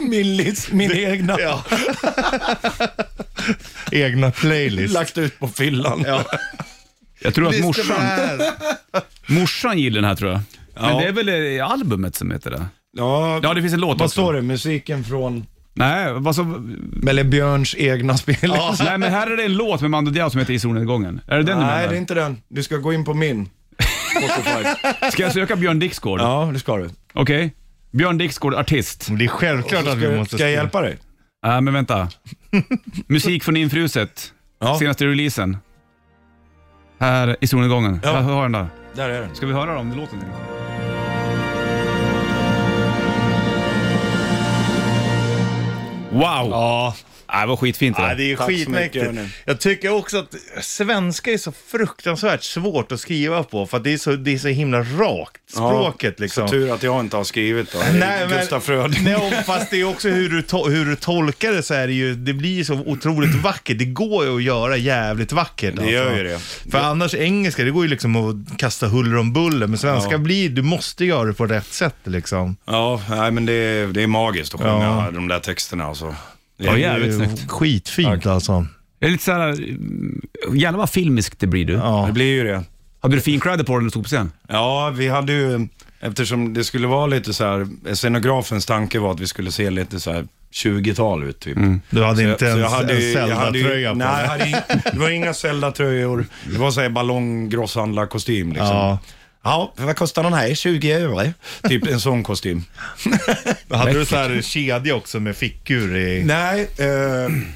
min list, min egna. Ja. Egna playlist. Lagt ut på fyllan. Jag tror att Visst, det morsan, här. morsan gillar den här tror jag. Men Ja. det är väl eh, i albumet som heter det? Ja, Ja, det finns en låt vad också. står det? Musiken från... Nej, vad så, Eller Björns egna spelning. nej, men här är det en låt med Mando Diao som heter I solnedgången. Är det den du Nej, menar? det är inte den. Du ska gå in på min. Spotify. Ska jag söka Björn Dixgård? ja, det ska du. Okej. Björn Dixgård, artist. Det är självklart att vi Ska, måste... ska jag spela. hjälpa dig? Nej, Äh, men vänta. Musik från Infruset. Ja. Senaste releasen. Här i solnedgången. Ja. Jag har den där. Där är den. Ska vi höra om det låter någonting? Wow! Ja. Det var skitfint det Ja, där. det är Tack så mycket, skitmäktigt. hörni. Jag tycker också att svenska är så fruktansvärt svårt att skriva på för att det är så, det är så himla rakt, språket liksom. Så tur att jag inte har skrivit då. Nej, men- Gustaf Fröding. Nej, och fast det är också hur du, to- hur du tolkar det så är det ju, det blir ju så otroligt vackert. Det går ju att göra jävligt vackert. alltså. Det gör ju det. För annars engelska, det går ju liksom att kasta huller om buller. Men svenska Ja. blir, du måste göra det på rätt sätt liksom. Ja, nej, men det är, det är magiskt att sjunga Ja. de där texterna alltså. Det Ja, är- jävligt snyggt. Skitfint alltså. Det är lite såhär, mm, jävlar vad filmiskt det blir du. Ja. det blir ju det. Hade du fin credit på dig när du stod på scen? Ja, vi hade ju, eftersom det skulle vara lite så här, scenografens tanke var att vi skulle se lite så här 20-tal ut typ. Du hade inte ens jag hade en ju- jag hade ju- Zelda-tröja på Nej, jag dig. hade in, det var inga Zelda-tröjor. Det var så här ballonggrosshandlarkostym liksom. Ja. Ja. Ja, för vad kostar den här? 20 euro? Typ en sån kostym. Hade du så här kedja också med fickur i? Nej, eh,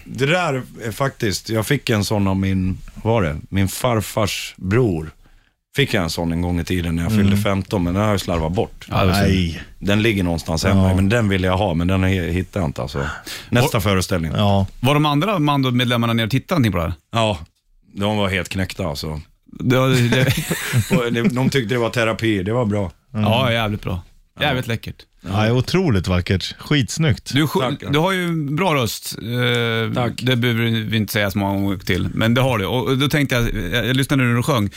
det där är faktiskt, jag fick en sån av min, vad var det, min farfars bror. Fick jag en sån en gång i tiden när jag fyllde 15, men den har jag slarvat bort. Nej. Den ligger någonstans hemma, men den vill jag ha, men den hittar jag inte alltså. Nästa föreställning. Ja. Ja. Var de andra Mando-medlemmarna nere och tittade någonting på det här? de var helt knäckta alltså. Det var, det, Och det- De tyckte det var terapi, det var bra. Ja, jävligt bra. Jävligt läckert. Nej, otroligt vackert. Skitsnyggt. Du, är sj- Tack. du har ju en bra röst. Eh, Tack. Det behöver vi inte säga så många gånger till, men det har du. Och och då tänkte jag, jag, jag lyssnade nu när du sjöng.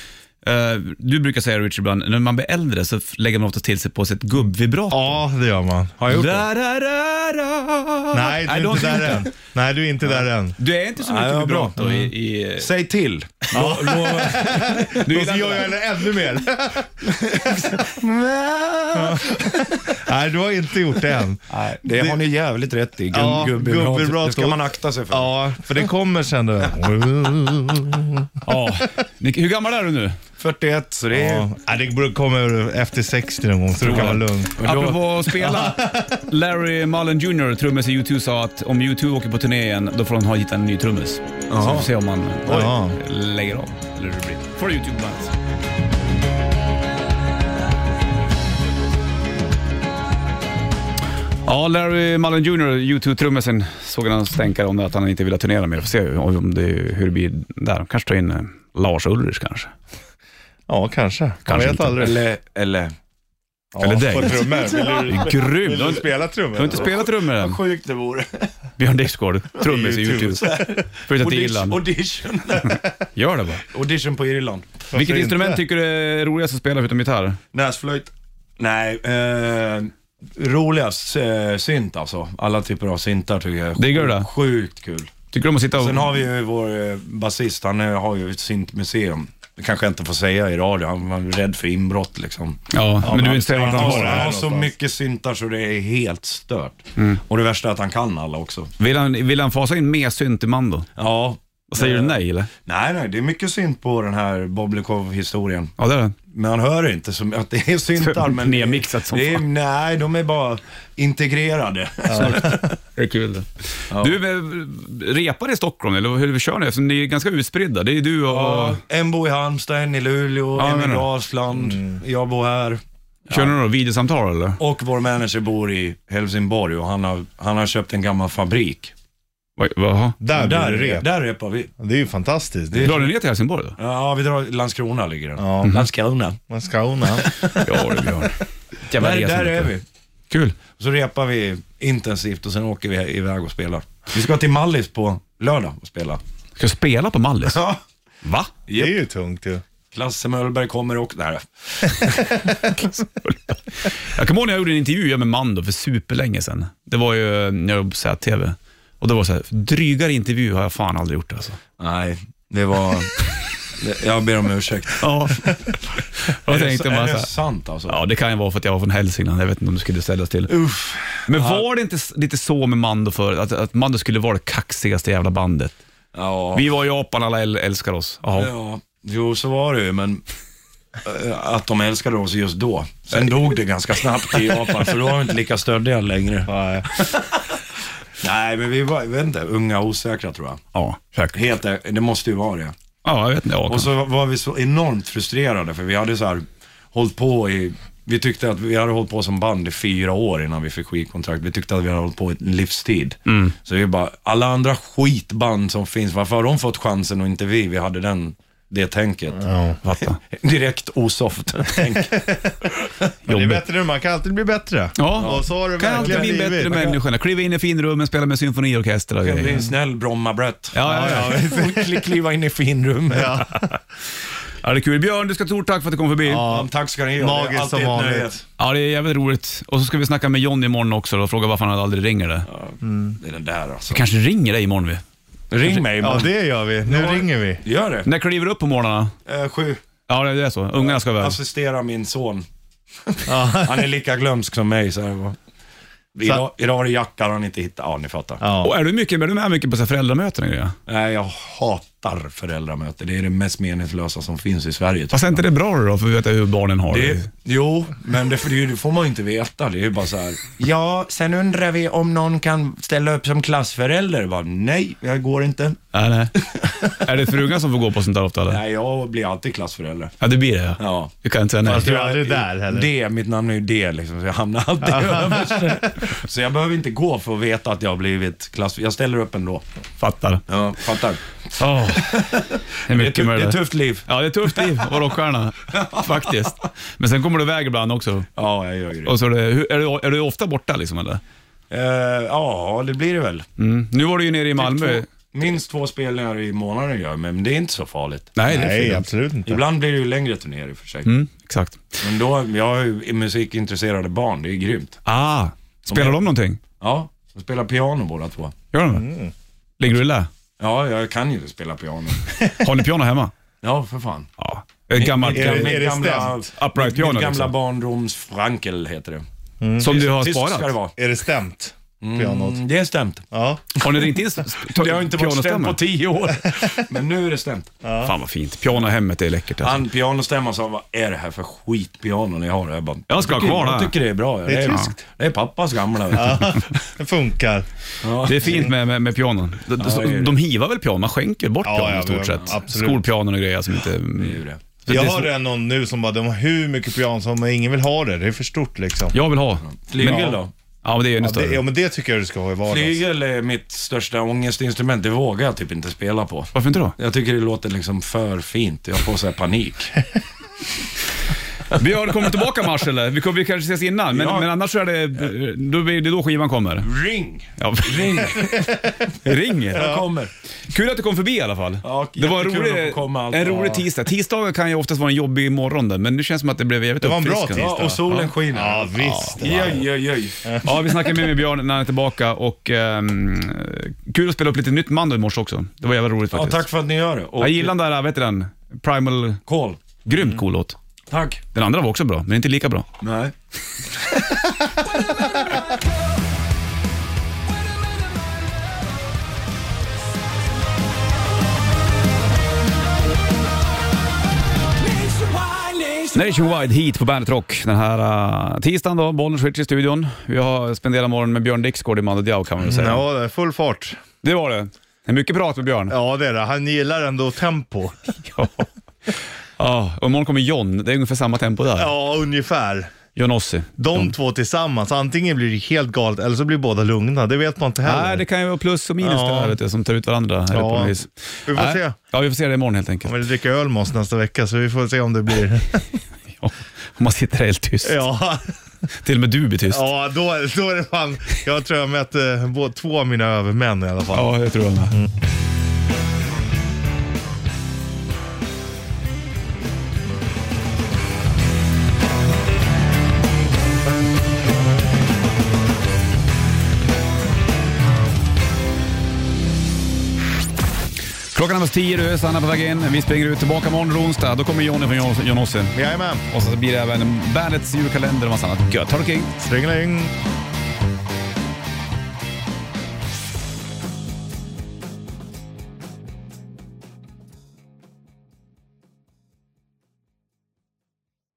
eh, du brukar säga Richard ibland, när man blir äldre så f- lägger man ofta till sig på sig ett gubbvibrato. Ja, det gör man. Har jag gjort Da, da, da, da. Nej, du är har inte gjort där det. än. Nej, du är inte där än. Du är inte så Nej, mycket vad bra. vibrato i... i Säg till. Du gillar Mm. gör jag henne ännu mer. Ja. Nej, du har inte gjort det än. Nej, det, har ni jävligt rätt i. Gu- Ja, gubbebrato. gubbebrato. Det ska man akta sig för. Ja, för det kommer sen. Då. ja. Nick, Hur gammal är du nu? 41, så det är... Ja. Nej, det bör- kommer efter 60 någon gång, så du kan vara lugn. Apropå att spela. Larry Mullen Jr, trummis i U2, sa att om U2 åker på turné igen, då får de ha hitta en ny trummis. Så får vi se om man Jaha. oj, lägger av. Eller hur det blir. Får du YouTube bands. Ja, Larry Mullen Jr, U2-trummisen, såg han en stänkare om det att han inte ville turnera mer. Får se om det, hur det blir där. Kanske ta in eh, Lars Ulrich kanske. Ja, kanske. Kanske jag vet inte. aldrig. Eller, eller... Eller dig. På trummor. Vill du, Grym! vill Du har du inte- spela du har trummor? inte spelat trummor än. Sjukt det vore. Björn Dixgård, trummis i YouTube. YouTube. Flyttat till Audition, Irland. audition. Gör det bara. audition på Irland. Vilket inte? instrument tycker du är roligast att spela förutom gitarr? Näsflöjt. Nej, eh, roligast eh, synt alltså. Alla typer av syntar tycker jag är Diggar du det? sjukt kul. Tycker du om att sitta och... Sen har vi ju vår eh, basist, han eh, har ju ett syntmuseum. Det kanske jag inte får säga i radio, han var rädd för inbrott liksom. Ja, men du vill inte säga vart Han han har, har han har det. så mycket syntar så det är helt stört. Mm. Och det värsta är att han kan alla också. Vill han, vill han fasa in mer synt i Mando? Ja. Säger Eh, du nej eller? Nej, nej, det är mycket synt på den här Boblikov-historien. Ja, det är det. Men han hör inte som att det är syntar. Men Nermixat som det är, fan. Nej, de är bara integrerade. Det är kul det. Du, eh, repar i Stockholm eller hur kör ni? Eftersom ni är ganska utspridda. Det är du och... en bor i Halmstad, en i Luleå, Ja, Mm. jag en i menar. Dalsland. Jag bor här. Kör ni några videosamtal eller? Och vår manager bor i Helsingborg och han har, han har köpt en gammal fabrik. Vad- Jaha. Där blir Där, det rep. där repar vi. Det är ju fantastiskt. Det är Drar ni ner till Helsingborg då? Ja, vi drar Landskrona ligger den. Ja. Mhm. Landskrona. man Skåne. Ja, det gör ni. Jävla Där, resa, där vet är du. vi. Kul. Så repar vi intensivt och sen åker vi iväg och spelar. Vi ska till Mallis på lördag och spela. Ska spela på Mallis? Ja. Va? Det är ju tungt ju. Klasse Möllberg kommer och... Nej, Jag kommer ihåg när jag gjorde en intervju jag med Mando för superlänge sedan. Det var ju eh, när jag jobbade på ZTV. Och det var så här, drygare intervju har jag fan aldrig gjort alltså. nej det var... det- Jag ber om ursäkt. Ja. och jag tänkte är det, bara är så det här, sant alltså? ja det kan ju vara för att jag var från Hälsingland, jag vet inte om det skulle ställas till. Uff. Men var det inte s- lite så med Mando för att, att Mando skulle vara det kaxigaste jävla bandet? Ja. Vi var i Japan, alla äl- älskar oss. Ja. ja. Jo, så var det ju, men... eh, Att de älskade oss just då. Sen dog det ganska snabbt i Japan, för då var de inte lika stöddiga längre. Nej. Nej, men vi var, jag vet inte, unga och osäkra tror jag. Ja, säkert. Helt, ä- det måste ju vara det. Ja, jag vet inte. Ja, Och så var vi så enormt frustrerade för vi hade så här hållit på i, vi tyckte att vi hade hållit på som band i fyra år innan vi fick skivkontrakt. Vi tyckte att vi hade hållit på i en livstid. Så vi bara, alla andra skitband som finns, varför har de fått chansen och inte vi? Vi hade den, det tänket. fattar. Direkt osoft tänk. Men det är Jobbigt. bättre nu, man kan alltid bli bättre. Ja. Och så har det Kan alltid verkligen bli bättre blivit. människorna. Kliva in i finrummen, spela med symfoniorkester och Det blir grejer. en snäll Bromma-brett. Ja, ja, ja. Och kli- kliva in i finrummet. Ja. Ja, det är kul. Björn, du ska ha stort tack för att du kom förbi. Ja. Ja, Tack ska ni ha. Det är Magiskt alltid som ett nöje. vanligt. det är jävligt roligt. Och så ska vi snacka med John imorgon också då, och fråga varför han aldrig ringer dig. Det är den där alltså. Vi kanske ringer dig imorgon vi. Ring mig Ja, imorgon. det gör vi. Nu ringer vi. Gör det. När kliver du upp på morgnarna? Eh, sju. Ja, det är så. Ungarna ska iväg. assistera min son. han är lika glömsk som mig. Så här. va. Idag, idag var det jackan han inte hittade. Ja, ni fattar. Och är du, mycket, är du med mycket på så här föräldramöten och grejer? Nej, jag hatar föräldramöte. Det är det mest meningslösa som finns i Sverige. tycker Fast är inte det bra då, för vi vet hur barnen har jag. det? det, jo, men det, för det, det får man ju inte veta. Det är ju bara så här. Ja, sen undrar vi om någon kan ställa upp som klassförälder. Bara, nej, jag går inte. Nej, nej. är det frugan som får gå på sånt där ofta eller? Nej, jag blir alltid klassförälder. Ja, det blir det ja. Ja. Du kan inte säga nej. Fast du är aldrig där heller. D, mitt namn är ju D liksom, så jag hamnar alltid överst. Så jag behöver inte gå för att veta att jag har blivit klass... Jag ställer upp ändå. Fattar. Ja, fattar. Åh. Det är Det är, mycket tu- med det är där. tufft liv. Ja, det är ett tufft liv att vara rockstjärna. Faktiskt. Men sen kommer du iväg ibland också. Ja, jag gör ju det. Och så är, det, hur- är, du, är du ofta borta liksom eller? Eh, Ja, det blir det väl. Nu var du ju nere i Malmö. Två- minst två spelningar i månaden gör men det är inte så farligt. Nej, det är Nej, fint. absolut inte. Ibland blir det ju längre turnéer i och för sig. Mm, exakt. Men då, jag har ju musikintresserade barn, det är ju grymt. Ah, spelar de någonting? Ja, de spelar piano båda två. Gör de det? Mm. Ligger du i lä? Ja, jag kan ju spela piano. Har ni piano hemma? Ja, för fan. Ja. Ett gammalt, Är det- Mitt är det gamla- stämt? Upright mitt- piano, Mitt gamla liksom. barndoms Frankel heter det. som du har Tyst ska det sparat. vara. Är det stämt? Pianot? Mm, det är stämt. Ja. Har ni ringt in Det har inte varit stämt på pianostämman? tio år. Men nu är det stämt. Fan vad fint. Piano hemmet är läckert alltså. Han pianostämman sa, vad är det här för skitpiano ni har? Jag bara, Jag ska ha tycker- kvar det här." Jag tycker det är bra. Det är tyskt. Det är pappas gamla. vet du. Det funkar. Ja. Det är fint med, med, med pianon. De, det är det. de, de hivar väl pianon? Man skänker bort Ja, pianon ja, i stort men sett. absolut. Skolpianon och grejer som inte... Det är ju det. Så Jag det är har så- en någon nu som bara, de har hur mycket pianon som men ingen vill ha det. Det är för stort liksom. Jag vill ha. Flygel Men- då? Ja, men det är ju ännu Ja, det, ja större. men det tycker jag du ska ha i vardags. Flygel är mitt största ångestinstrument. Det vågar jag typ inte spela på. Varför inte då? Jag tycker det låter liksom för fint. Jag får så här panik. Björn, kommer du tillbaka i mars eller? Vi, kommer- vi kanske ses innan, men, Ja. men annars så är det... Då, blir det då skivan kommer. Ring! Ja. Ring! Ring! Jag kommer. Kul att du kom förbi i alla fall. Ja, det var en jättekul att rolig, få komma, allt. en Ja. rolig tisdag. Tisdagar kan ju oftast vara en jobbig morgon där, men nu känns det som att det blev jävligt Det var en bra uppfriskande. tisdag. Ja, och solen skiner. Ja, visst. Jöj, jöj, jöj. Ja, vi snackade med, med Björn när han är tillbaka och ehm, kul att spela upp lite nytt Mando i morse också. Det var jävligt roligt Ja, faktiskt. tack för att ni gör det. Och Jag gillar den där, vet du den? Primal, Kol. grymt cool låt. Tack. Den andra var också bra, men inte lika bra. Nej. Nationwide Heat på Bandet Rock den här uh, tisdagen då, Bollnäs Switch i studion. Vi har spenderat morgonen med Björn Dixgård i Mando Diao kan man väl säga. Mm, Ja, det är full fart. Det var det. Det är mycket prat med Björn. Ja, det är det. Han gillar ändå tempo. Ja. ja. Och imorgon kommer John, det är ungefär samma tempo där. Ja, ungefär. John Ossi. De två tillsammans, antingen blir det helt galet eller så blir båda lugna. Det vet man inte heller. Nej, det kan ju vara plus och minus Ja. det här, vet du, som tar ut varandra. Ja. Ja. På något vis. Vi får Nej. se. Ja, vi får se det imorgon helt enkelt. Han vill dricka öl med oss nästa vecka så vi får se om det blir... Ja. Om man sitter helt tyst. ja, Till och med du blir tyst. Ja, ja då, då är det fan... Jag tror jag mött eh, bå- två av mina övermän i alla fall. ja jag tror jag med. Klockan är nästan tio, du är Sanna på väg in. Vi springer ut tillbaka imorgon, onsdag. Då kommer Johnny från Jon- Johnossi. Jajamän. Och så blir det även Bandets julkalender och massa annat gött. Ha det king. Stringeling.